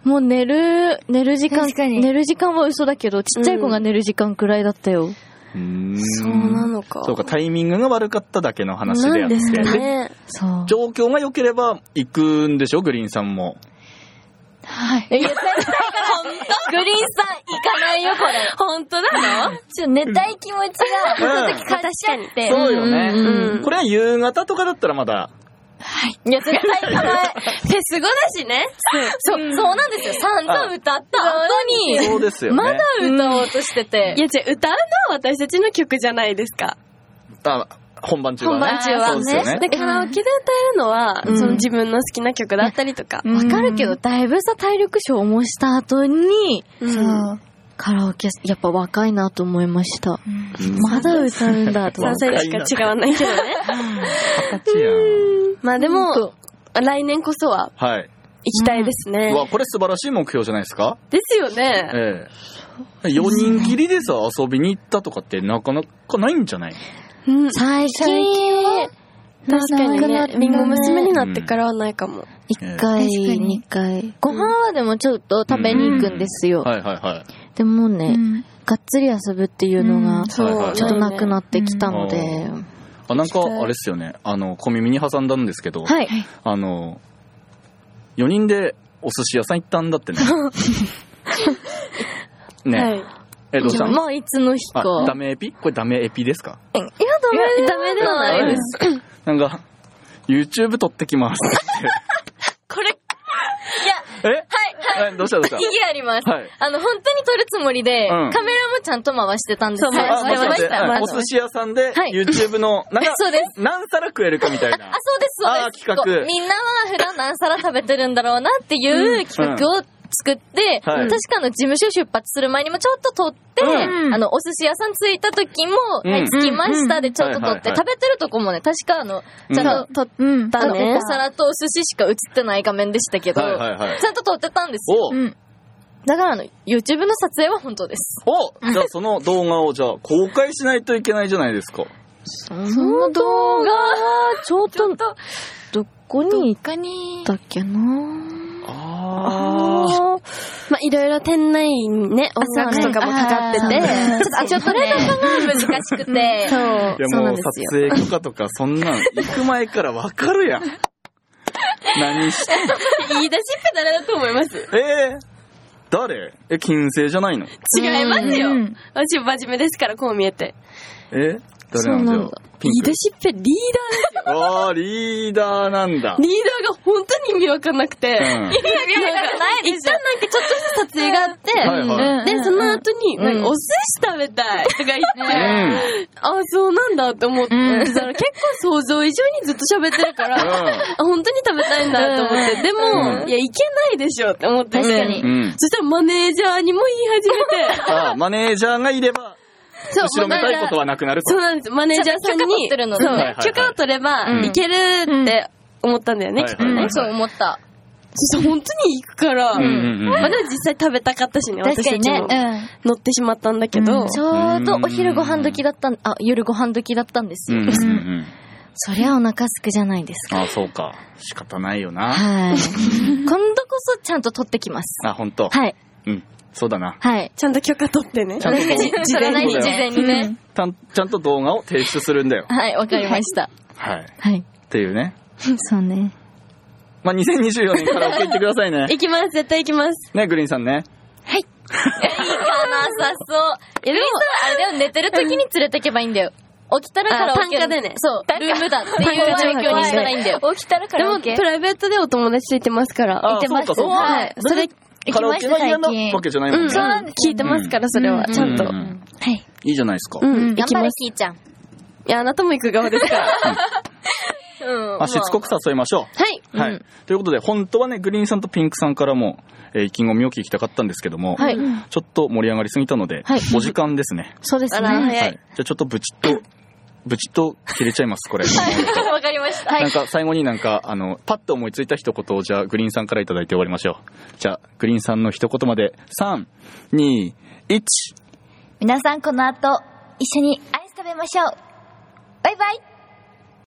Speaker 2: もう寝る、寝る時間
Speaker 5: 確か、に
Speaker 2: 寝る時間は嘘だけど、ちっちゃい子が寝る時間くらいだったよ。
Speaker 1: うーん
Speaker 4: そうなのか。
Speaker 1: そうか、タイミングが悪かっただけの話であ
Speaker 4: な
Speaker 1: っ
Speaker 4: んですか
Speaker 1: て。
Speaker 4: ね。
Speaker 2: そう。
Speaker 1: 状況が良ければ行くんでしょ、グリーンさんも。
Speaker 2: はい。
Speaker 5: いや、絶対から、グリーンさん行かないよ、これ。
Speaker 4: 本当なの
Speaker 5: ちょ、寝たい気持ちが、その時勝っちゃって。
Speaker 1: そうよね。
Speaker 2: う
Speaker 4: う
Speaker 2: ん
Speaker 4: ん
Speaker 1: これは夕方とかだったらまだ。
Speaker 5: いや、絶対行かない。
Speaker 4: フェス後だしね。
Speaker 5: そう、そうなんですよ。散々歌った後に、
Speaker 1: そうですよね。
Speaker 5: まだ歌おうとしてて。
Speaker 4: いや、じゃあ歌うのは私たちの曲じゃないですか。
Speaker 1: あ本番中はね。
Speaker 4: 本番中
Speaker 5: あー
Speaker 4: は。
Speaker 5: そう
Speaker 1: ですよね
Speaker 4: で、カラオケで歌えるのは、
Speaker 2: うん
Speaker 4: その自分の好きな曲だったりとか。
Speaker 2: わかるけど、だいぶさ、体力消耗した後に、
Speaker 4: うん
Speaker 3: そう。
Speaker 2: カラオケ、やっぱ若いなと思いました。まだ歌うんだと思っ
Speaker 4: 3
Speaker 2: て。
Speaker 4: 歳でしか違わないけどね。
Speaker 1: 二十歳やん
Speaker 4: まあでも、来年こそは
Speaker 1: はい。
Speaker 4: 行きたいですね
Speaker 1: う。わ、これ素晴らしい目標じゃないですか
Speaker 4: ですよね。
Speaker 1: ええ。4人きりでさ、遊びに行ったとかってなかなかないんじゃない
Speaker 4: うん
Speaker 2: 最近、
Speaker 4: 確かに
Speaker 2: な
Speaker 4: ね
Speaker 2: くなっ、た
Speaker 4: りんご娘になってからはないかも。
Speaker 2: 一回、
Speaker 3: 確かに
Speaker 2: 二回。ご飯はでもちょっと食べに行くんですよ。
Speaker 1: はいはいはい。
Speaker 2: でもね、がっつり遊ぶっていうのが、
Speaker 1: はいはい
Speaker 2: ちょっとなくなってきたので、
Speaker 1: あ、なんか、あれっすよね。あの、小耳に挟んだんですけど、
Speaker 2: はい。
Speaker 1: あの、4人でお寿司屋さん行ったんだってね。ね、
Speaker 4: はい。
Speaker 1: え、どうしたの
Speaker 2: まあ、いつの日か。
Speaker 1: あ、ダメエピこれダメエピですか
Speaker 2: いや、ダメだ。ダメでは
Speaker 1: あ
Speaker 2: ない
Speaker 1: れ
Speaker 2: で。
Speaker 1: ですす。 なんか、YouTube 撮ってきます
Speaker 5: これ、
Speaker 1: って。えはい、どうしたどうした
Speaker 5: 意義あります。
Speaker 1: はい。
Speaker 5: あの、本当に撮るつもりで、
Speaker 1: うん
Speaker 5: カメラもちゃんと回してたんですよ。
Speaker 4: そう回
Speaker 1: あ
Speaker 4: してま
Speaker 1: 待って
Speaker 4: した回してま
Speaker 1: お
Speaker 4: した
Speaker 1: 寿司屋さんで
Speaker 5: はい
Speaker 1: YouTube の、なん か、
Speaker 5: そうです。
Speaker 1: 何皿食えるかみたいな
Speaker 5: あ、。そうです、そうです。
Speaker 1: あー企画
Speaker 5: こうみんなは普段何皿食べてるんだろうなっていう企画を作って、
Speaker 1: うんはい
Speaker 5: 確かの事務所出発する前にもちょっと撮って、
Speaker 1: う
Speaker 5: あの、お寿司屋さん着いた時も、
Speaker 1: うん
Speaker 5: はい、着きましたでちょっと撮
Speaker 1: はい
Speaker 5: っ
Speaker 1: はい
Speaker 5: て、
Speaker 1: はい
Speaker 5: 食べてるとこもね、確かあの、
Speaker 1: うん
Speaker 5: ちゃんと撮っ
Speaker 3: うん。
Speaker 5: た
Speaker 4: うん
Speaker 5: ね、お皿とお寿司しか映ってない画面でしたけど、
Speaker 1: はいはいはい
Speaker 5: ちゃんと撮ってたんですよ。
Speaker 1: お、
Speaker 3: うん。
Speaker 5: だからあの、YouTube の撮影は本当です。
Speaker 1: おじゃあその動画をじゃあ公開しないといけないじゃないですか。
Speaker 2: その動画は、ちょっと、どこに行っ
Speaker 5: 他に、
Speaker 2: たっけな
Speaker 1: あ
Speaker 4: まあ、いろいろ店内にね、音楽とかもかかってて、
Speaker 5: ちょっと、ちょっとね、難しくて、
Speaker 2: そう
Speaker 1: いや
Speaker 2: そう
Speaker 1: も
Speaker 2: なん
Speaker 1: う
Speaker 2: で
Speaker 1: 撮
Speaker 2: すよ。
Speaker 1: 影許可とかそんなん行く前からわかるやん。何してんの
Speaker 4: 言い出しっぺ誰だと思い ます
Speaker 1: えー、誰え、金星じゃないの
Speaker 4: 違いますよ
Speaker 3: うん。
Speaker 4: 私、真面目ですから、こう見えて。
Speaker 1: え誰なんだ
Speaker 2: そうな
Speaker 1: ろ
Speaker 2: んだ
Speaker 1: うピン
Speaker 4: リー
Speaker 1: ク
Speaker 4: ダーシップリー
Speaker 1: あーリーダーなんだ
Speaker 4: ダーリーダーが本当に意味わかんなくて、
Speaker 1: うん
Speaker 5: ないでし
Speaker 4: 一旦なんかちょっとした撮影があって、
Speaker 1: はいはい
Speaker 3: うん
Speaker 4: で、その後に、
Speaker 2: うん
Speaker 4: お寿司食べたいとか言って、
Speaker 1: うん
Speaker 4: あ、そうなんだって思って
Speaker 3: うん
Speaker 4: たら、結構想像以上にずっと喋ってるから、あ、本当に食べたいんだと思って、でも、
Speaker 1: うん
Speaker 4: いや、いけないでしょって思ってて、
Speaker 3: 確かに
Speaker 1: うんうん、
Speaker 4: そしたらマネージャーにも言い始め て
Speaker 1: あーマネージャーがいれば後ろめたいことはなくなる
Speaker 4: そう
Speaker 1: と
Speaker 4: なんです。マネージャーさん
Speaker 5: ちょっと許可取
Speaker 4: に、
Speaker 5: ってるの
Speaker 4: そう
Speaker 5: はい
Speaker 1: はいはい
Speaker 4: 許可を取れば、いけるって思ったんだよね、
Speaker 1: はい
Speaker 4: きっ
Speaker 1: は
Speaker 4: と
Speaker 1: い
Speaker 4: ね
Speaker 1: は。い
Speaker 5: そう思った。
Speaker 4: そしたら本当に行くから、
Speaker 1: うんうんうん
Speaker 4: まあでも実際食べたかったしね、
Speaker 3: 確
Speaker 4: 私
Speaker 3: か
Speaker 4: た
Speaker 3: に
Speaker 4: ち
Speaker 3: ね
Speaker 4: も。乗ってしまったんだけど、
Speaker 3: うん
Speaker 2: ちょうどお昼ご飯時だったん、あ、夜ご飯時だったんです
Speaker 1: うんうん
Speaker 2: よ。
Speaker 1: うん
Speaker 2: そりゃお腹すくじゃないですか。
Speaker 1: あーそうか仕方ないよな
Speaker 2: はい。 今度こそちゃんと取ってきます。
Speaker 1: あ本当
Speaker 2: はい。
Speaker 1: うんそうだな
Speaker 2: はい。
Speaker 4: ちゃんと許可取ってね
Speaker 1: ち。ゃんと
Speaker 5: それ
Speaker 1: 事前
Speaker 5: なり
Speaker 1: に
Speaker 5: に事前にね。
Speaker 1: たんちゃんと動画を提出するんだよ
Speaker 2: はい、わかりました。
Speaker 1: はい
Speaker 2: はい。
Speaker 1: っていうね
Speaker 2: そうね。
Speaker 1: まあ2024年から送ってください ね
Speaker 4: 行きます、絶対行きます。
Speaker 1: ねグリーンさんね
Speaker 5: かなさそう。え、でも、あれだよ、寝てる時に連れてけばいいんだよ。起きたらカラオケの。
Speaker 4: あ単価でね
Speaker 5: そう、ルームだっていう状況にしたらいいんだよ。
Speaker 3: 起きたらカ
Speaker 4: でも、プライベートでお友達と行ってますから。
Speaker 1: あそうかそうか
Speaker 4: はい。それ、
Speaker 1: カラオケが嫌なわけじゃないも
Speaker 4: うんん、
Speaker 1: ね
Speaker 3: そうなんですよ
Speaker 4: 聞いてますから、それは、
Speaker 5: うん
Speaker 4: ちゃんと
Speaker 1: う。ん
Speaker 3: はい。
Speaker 1: いいじゃないですか
Speaker 4: う
Speaker 5: うん
Speaker 4: ん、
Speaker 5: 頑
Speaker 4: 行き
Speaker 5: 張
Speaker 4: ま
Speaker 5: れ
Speaker 4: す。、
Speaker 5: キーちゃん。
Speaker 4: いや、あなたも行く側ですから。
Speaker 5: うん。
Speaker 1: まあしつこく誘いましょう
Speaker 4: はい。
Speaker 1: はい、ということで、本当はね、グリーンさんとピンクさんからも、えー意気込みを聞きたかったんですけども、
Speaker 2: はい。
Speaker 1: ちょっと盛り上がりすぎたので、
Speaker 2: はい
Speaker 1: お時間ですね。
Speaker 2: そうです
Speaker 4: あら、
Speaker 2: ね。
Speaker 1: は
Speaker 4: 早
Speaker 1: い
Speaker 4: い。。
Speaker 1: じゃあちょっとブチッと、ブチッと切れちゃいます、これ。
Speaker 5: わかりました。
Speaker 1: なんか最後になんか、あの、パッと思いついた一言を、じゃあグリーンさんからいただいて終わりましょう。じゃあ、グリーンさんの一言まで、3、2、1。
Speaker 3: 皆さんこの後、一緒にアイス食べましょう。バイバイ。